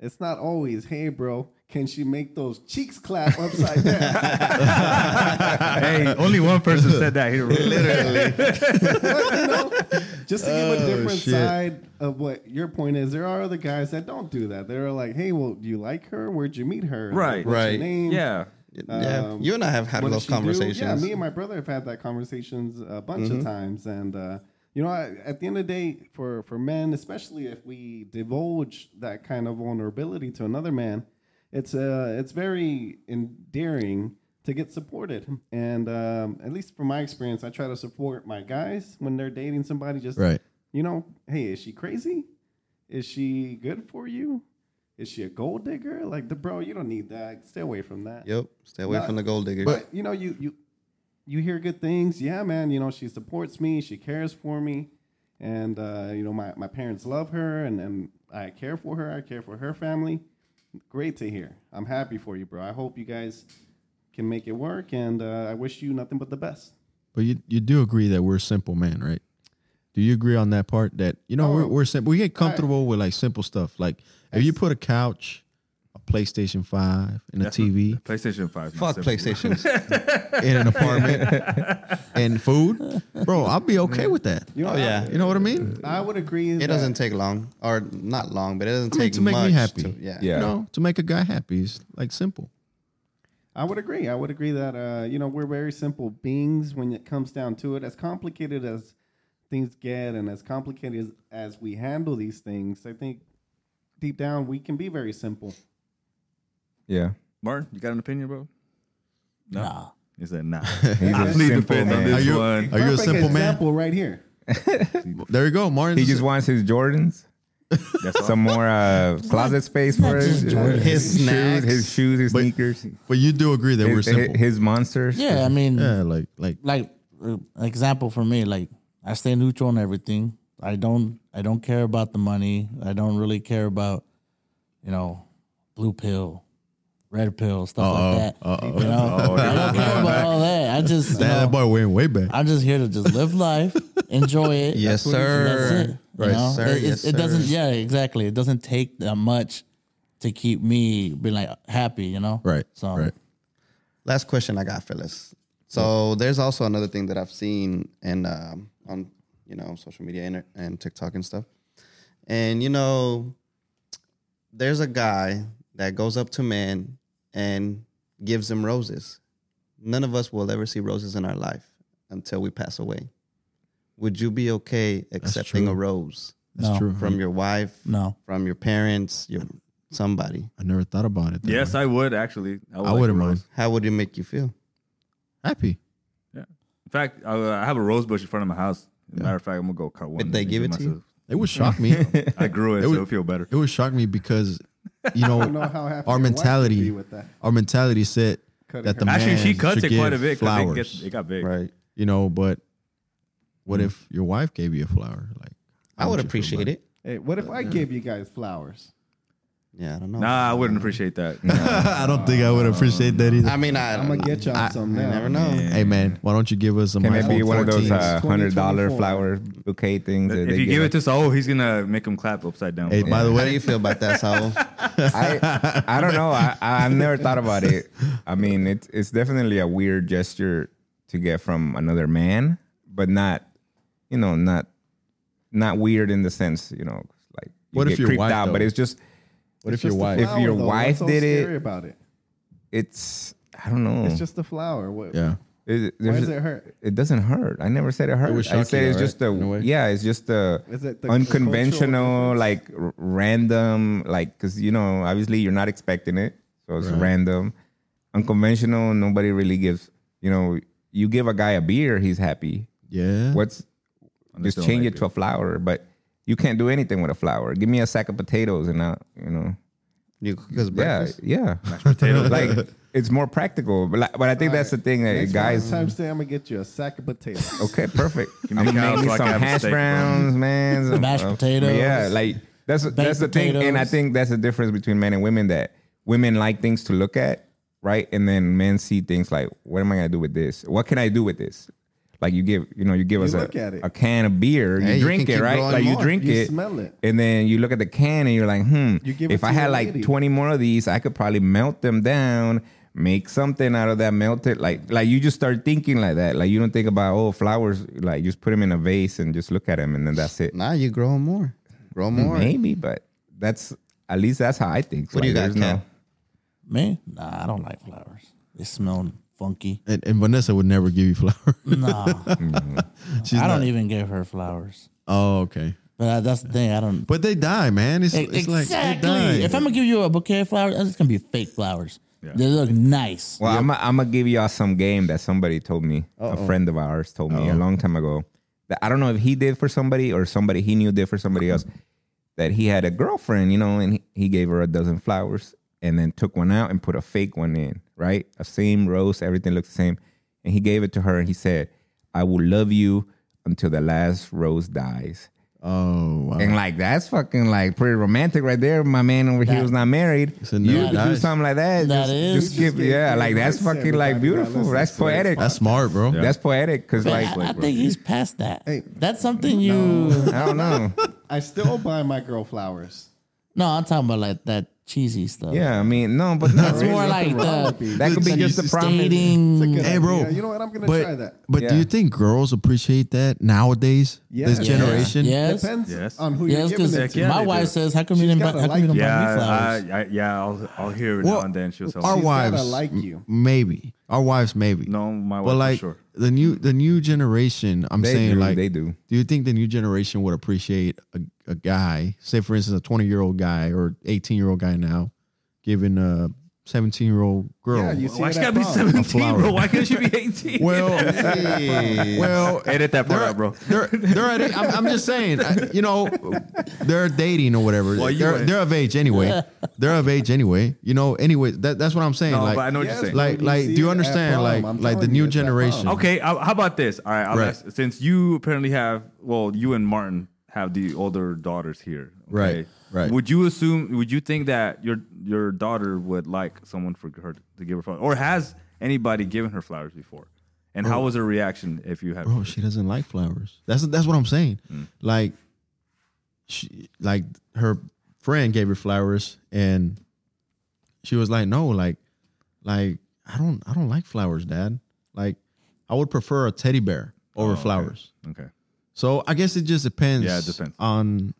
it's not always, hey bro, can she make those cheeks clap upside down?
hey, only one person said that here.
Just to give
Oh,
a different
shit.
side of what your point is, there are other guys that don't do that. They're like, hey, well, do you like her? Where'd you meet her?
Right.
What's her
Right.
name?
yeah.
yeah.
Um,
You and I have had
What
those
does she do?
conversations. Mm-hmm.
Yeah, me and my brother have had that conversations a bunch of times, and uh, you know, I, at the end of the day, for for men, especially if we divulge that kind of vulnerability to another man, it's uh, it's very endearing to get supported. And um, at least from my experience, I try to support my guys when they're dating somebody. Just
Right.
you know, hey, is she crazy? Is she good for you? Is she a gold digger? Like, the bro, you don't need that. Stay away from that
Yep. Stay away
Not-
from the gold diggers.
but you know, you you you hear good things. Yeah, man. You know, she supports me. She cares for me, and uh, you know, my, my parents love her, and and I care for her. I care for her family. Great to hear. I'm happy for you, bro. I hope you guys can make it work, and uh, I wish you nothing but the best.
But you you do agree that we're simple man, right? Do you agree on that part? That you know we're
Oh.
we're simple. We get comfortable with like simple stuff. Like if you put a couch, a PlayStation Five, and a TV
PlayStation 5.
Fuck PlayStations.
in an apartment and food, bro, I'll be okay with that.
You know,
oh yeah.
You know what I mean?
I, I would agree.
It doesn't take long, or not long, but it doesn't
I mean,
take
to make
much
me happy.
to- yeah.
Yeah.
You know, to make a guy happy is like simple.
I would agree. I would agree that uh, you know we're very simple beings when it comes down to it. As complicated as things get, and as complicated as, as we handle these things, I think deep down we can be very simple.
Yeah,
Martin, you got an opinion, bro?
Nah.
He said, nah.
he's
I
a
plead the
simple
fifth on this
man.
you-
one.
Are you a
Perfect
simple man?
example right here.
There you go, Martin.
He just wants his Jordans. Some more uh, closet space for his,
Jordans.
His
shoes,
snacks.
his shoes, his sneakers,
but you do agree that we're
his,
simple.
his monsters.
Yeah, I mean,
yeah, like like
like uh, example for me, like I stay neutral on everything. I don't I don't care about the money. I don't really care about you know blue pill, red pill, stuff
Uh-oh.
like that.
Uh-oh. Oh,
You know, I don't care about all that. I just you
that,
know,
that boy went way back.
I'm just here to just live life, enjoy it.
Yes,
That's what it-
sir.
That's it. you
Right,
know?
sir.
It, it-
Yes,
it doesn't.
sir.
Yeah, exactly. It doesn't take that much to keep me being like happy. You know.
right.
So
right.
Last question I got, fellas. So there's also another thing that I've seen and um, on you know social media and, and TikTok and stuff. And you know, there's a guy that goes up to men and gives them roses. None of us will ever see roses in our life until we pass away. Would you be okay accepting a
true.
rose
That's
No.
true.
from your wife,
no.
from your parents, your somebody?
I never thought about it. that
Yes,
way.
I would actually. would
I,
like
wouldn't
a rose.
mind.
How would it make you feel?
Happy.
In fact, I, I have a rose bush in front of my house. As a matter of fact, I'm gonna go cut one.
Did
and
they give it to you?
Mm.
myself.
It would shock me. it
I grew it,
It
so
would-
it'll feel better.
would shock me because you know,
I don't know how happy
our
your wife would
mentality-
be with that.
our mentality said
Cutting
that the
her-
Actually, she
man
cuts
should
it quite a
give
bit because it,
Flowers,
gets- it got big. Hmm.
Right.
you know, but what if your wife gave you a flower? Like
I would appreciate it.
Hey, what if I gave you guys flowers?
Yeah, I don't know.
Nah, I wouldn't appreciate that.
I don't think I would appreciate that either.
I mean, I,
I'm gonna get y'all
I-
some
Uh, I
now.
never know.
hey man, why don't you give us some
Can it be
iPhone
one of those
14s?
uh, hundred dollar
2024.
flower bouquet things? that
if
they
you give it
us?
to Saul, he's gonna make him clap upside down.
Hey, by the
How
way,
do you feel about that, Saul?
I, I don't know. I, I- I've never thought about it. I mean, it's it's definitely a weird gesture to get from another man, but not, you know, not not weird in the sense, you know, like you
What if
get
your
creeped
wife,
out. But
though?
it's just
what if
Just
your
the
wife?
If your
though.
wife
What's so
did it-
scary about it.
it's I don't know.
It's just the flower. What,
yeah,
It-
Why
Mm. there's-
does it hurt?
it doesn't hurt. I never said it hurt.
would
I
shock
said
you,
it's
though,
just
right?
a
In a way.
yeah. It's just a
Is it the- the
unconventional,
cultural
like r- random, like because you know obviously you're not expecting it, so it's random, unconventional. Nobody really gives. You know, you give a guy a beer, he's happy.
yeah.
What's
Unless they
just
don't
change
like
it to a flower, but you can't do anything with a flower. Give me a sack of potatoes and I, you know,
You because
yeah,
breakfast.
yeah,
potatoes.
like it's more practical. But like, but I think that's the thing that
Next
guys.
time, say I'm gonna get you a sack of potatoes.
Okay, perfect.
me
I'm gonna
cows
make me
so I
some
can have a
hash
steak, bro.
browns, man. some,
Mashed
uh,
potatoes.
Yeah, like that's that's the thing, and I
potatoes.
think that's the difference between men and women. That women like things to look at, right, and then men see things like, what am I gonna do with this? What can I do with this? Like you give, you know, you give us
look at
a,
it.
a can of beer,
Hey,
you
you
drink
can
it,
keep
right?
growing
Like you
more.
drink
You
it,
smell it.
and then you look at the can and you're like, hmm.
You give it
if I
to
had
your
like
lady.
20 more of these, I could probably melt them down, make something out of that melted. Like, like you just start thinking like that. Like you don't think about oh flowers. Like just put them in a vase and just look at them, and then that's it.
Now you grow more. Grow
Mm,
more.
Maybe, but that's at least that's how I think.
What do you got,
there's
Ken?
Me? Nah, I don't like flowers. They smell funky.
And, and Vanessa would never give you flowers.
Nah,
She's
Um, I don't
not-
even give her flowers.
Oh, okay.
But I, that's the thing. I don't.
But they die, man. It's, it's like they
E- exactly.
die.
if I'm gonna give you a bouquet of flowers, it's gonna be fake flowers. They look nice.
Well, I'm I'm gonna give y'all some game that somebody told me. A friend of ours told me a long time ago. That I don't know if he did for somebody or somebody he knew did for somebody else. That he had a girlfriend, you know, and he, he gave her a dozen flowers and then took one out and put a fake one in, right? A same rose, everything looks the same. And he gave it to her and he said, "I will love you until the last rose dies."
oh, wow.
And like that's fucking like pretty romantic right there. My man over here
That-
was not married.
It's a
You
nice-
could do something like that.
That
just,
is-
just give,
gave
yeah,
you
like that's
advice,
fucking like
everybody. Now
beautiful.
listen,
That's
it's like-
poetic.
That's smart, bro.
That's poetic because
But
like
I, I think he's past that.
Hey.
That's something you.
I don't know.
I still buy my girl flowers.
No, I'm talking about like that cheesy stuff.
Yeah, I mean no, but not
It's more
really.
like
wrong with
the
me.
that could be
It's
just the
just
problem.
It's a
dating.
good
Hey, bro,
idea. You know what? I'm gonna
But
try that.
but do
Yeah.
you think girls appreciate that nowadays?
Yes.
This
Yeah.
generation.
Yes.
Depends
Yes.
on who
Yes,
you're giving
because
it to.
yeah,
my
they
wife
do.
says, "How come you didn't? bu-
gotta
How come you
like
don't
it.
buy me
yeah,
flowers?"
I, I, yeah. I'll, I'll hear it
Well,
now and then. She'll tell
Our
me.
gotta
wives
like you.
Maybe our wives. Maybe
No, my wife
But
for
like
sure.
the new the new generation, I'm
They
saying
do,
like
they do.
Do you think the new generation would appreciate a, a guy, say for instance, a 20 year old guy or 18 year old guy now, giving a 17 year old girl.
Yeah, you see
Why
it
she
at
gotta be
prom.
seventeen,
flower.
bro? Why can't she be eighteen?
well,
Hey.
well,
Edit that part
they're-
out, bro.
They're, they're at, I'm, I'm just saying, I- you know, they're dating or whatever.
you
they're,
ain't.
they're of age anyway. they're of age anyway. You know, anyway, that, that's what I'm saying.
No,
like,
but I know what
Yes,
you're saying.
like-
when
like,
see
do you
it at
understand,
prom,
like-
I'm
like the
telling
new
you, it's at prom.
generation.
Okay, I, how about this? All right, I'll
Mm-hmm. Right.
ask, since you apparently have, well, you and Martin have the older daughters here, okay?
Right, right.
Would you assume? Would you think that your your daughter would like someone for her to give her flowers, or has anybody given her flowers before? And
Oh.
how was her reaction if you had?
bro, she doesn't like flowers. That's that's what I'm saying.
Hmm.
Like, she like her friend gave her flowers, and she was like, "No, like, like I don't I don't like flowers, Dad. Like, I would prefer a teddy bear over flowers."
Oh, Okay,
So I guess it just depends.
Yeah, it depends.
on.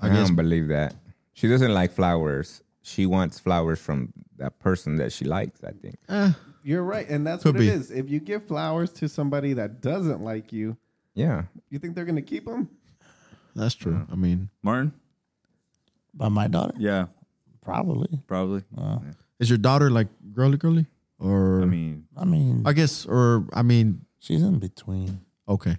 I,
I guess
don't believe that. She doesn't like flowers. She wants flowers from that person that she likes, I think.
You're right, and that's
Could
what
be.
it is. If you give flowers to somebody that doesn't like you,
Yeah.
you think they're gonna keep them?
that's true. I mean,
Martin.
By my daughter?
Yeah,
Probably.
probably. Yeah.
is your daughter like girly girly or?
I mean,
I mean,
I guess, or I mean,
she's in between.
okay.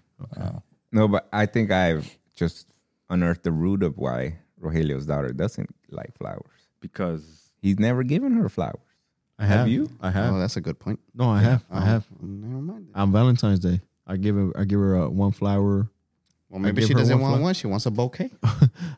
No, but I think I've just unearthed the root of why Rogelio's daughter doesn't like flowers.
because
He's never given her flowers.
I
Have you?
I
Oh,
Uh,
have.
that's a good point.
no, I have. I have.
Oh, Never mind.
on Valentine's Day. I give her I give her uh, one flower.
Well, maybe
give
she
her
doesn't
one
want
flower.
one. She wants a bouquet.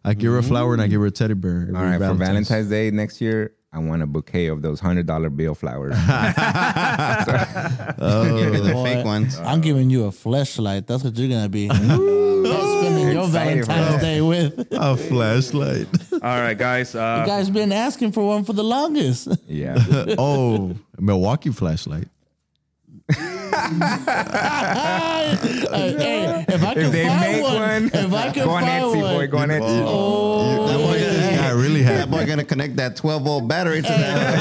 I give her a flower and I give her a teddy bear. every
All right, for Valentine's Day next year, I want a bouquet of those hundred dollar bill flowers.
Give her the
Boy,
fake ones.
I'm giving you a flashlight. That's what you're gonna be You're spending your
Excited, bro.
Valentine's Day with. You
A flashlight.
all right, guys. Uh,
guys been asking for one for the longest. Uh,
yeah,
oh, Milwaukee flashlight.
Hey, uh, hey, if I can
if they
find
make
one,
one,
if I can
go on
find one,
Etsy, boy, go on Etsy.
oh,
That boy,
This guy really
that
had.
boy gonna connect that 12 volt battery to that.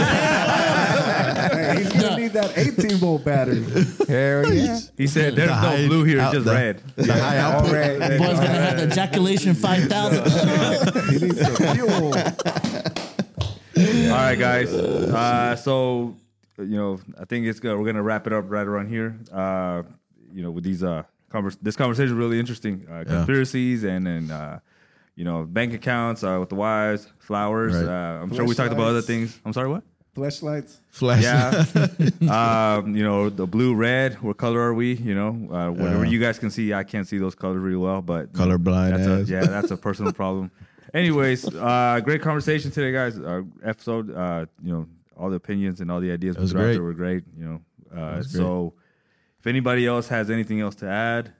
Hey, he's gonna need that 18 volt battery.
Oh. Hell yeah.
he said there's no
high
blue here, it's
out
just
the-
red.
The high output.
Alright.
boy's gonna have the ejaculation five thousand.
He needs some fuel.
All right, guys. Uh, so you know, I think it's good. We're gonna wrap it up right around here. Uh, you know, with these uh, convers- this conversation is really interesting. Uh, conspiracies and and uh, you know, bank accounts uh, with the wives, flowers.
Right.
Uh, I'm sure we talked about other
Flashlights.
things. I'm sorry, what?
Flashlights.
Flashlight.
Yeah. um, you know, the blue, red. What color are we? You know, uh, whatever
Yeah.
you guys can see, I can't see those colors really well, but
Colorblind
That's a,
ass.
yeah, that's a personal problem. Anyways, uh, great conversation today, guys. Uh, episode, uh, you know, all the opinions and all the ideas we
was
threw out
great.
there were great. You know, uh, so if anybody else has anything else to add,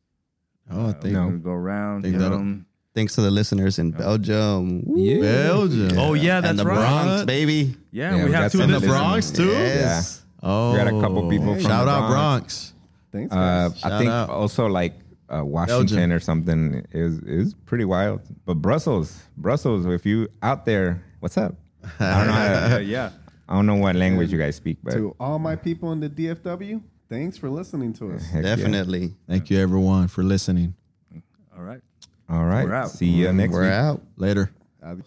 Oh, I think
we can go around.
Think
hit
that'll-
'em.
Thanks to the listeners in Belgium. Woo.
Belgium.
Oh yeah, that's
and the
right.
Bronx, baby.
Yeah,
Yeah,
we
we
have
got
two
some
in
in
the
the
listeners.
Bronx.
Bronx too.
Yes.
Oh,
We got a couple people from
shout
the
out Bronx.
Thanks.
Uh,
guys.
I
Shout
think
out.
also like uh, Washington
Belgium.
or something is is pretty wild. But Brussels, Brussels, if you out there, what's up? I don't know. How
Uh,
to,
yeah.
I don't know what language you guys speak, but
to all my people in the DFW, thanks for listening to us.
heck yeah.
Definitely.
Thank you everyone for listening.
All right.
All right.
We're out.
See you next
We're
week.
out.
Later.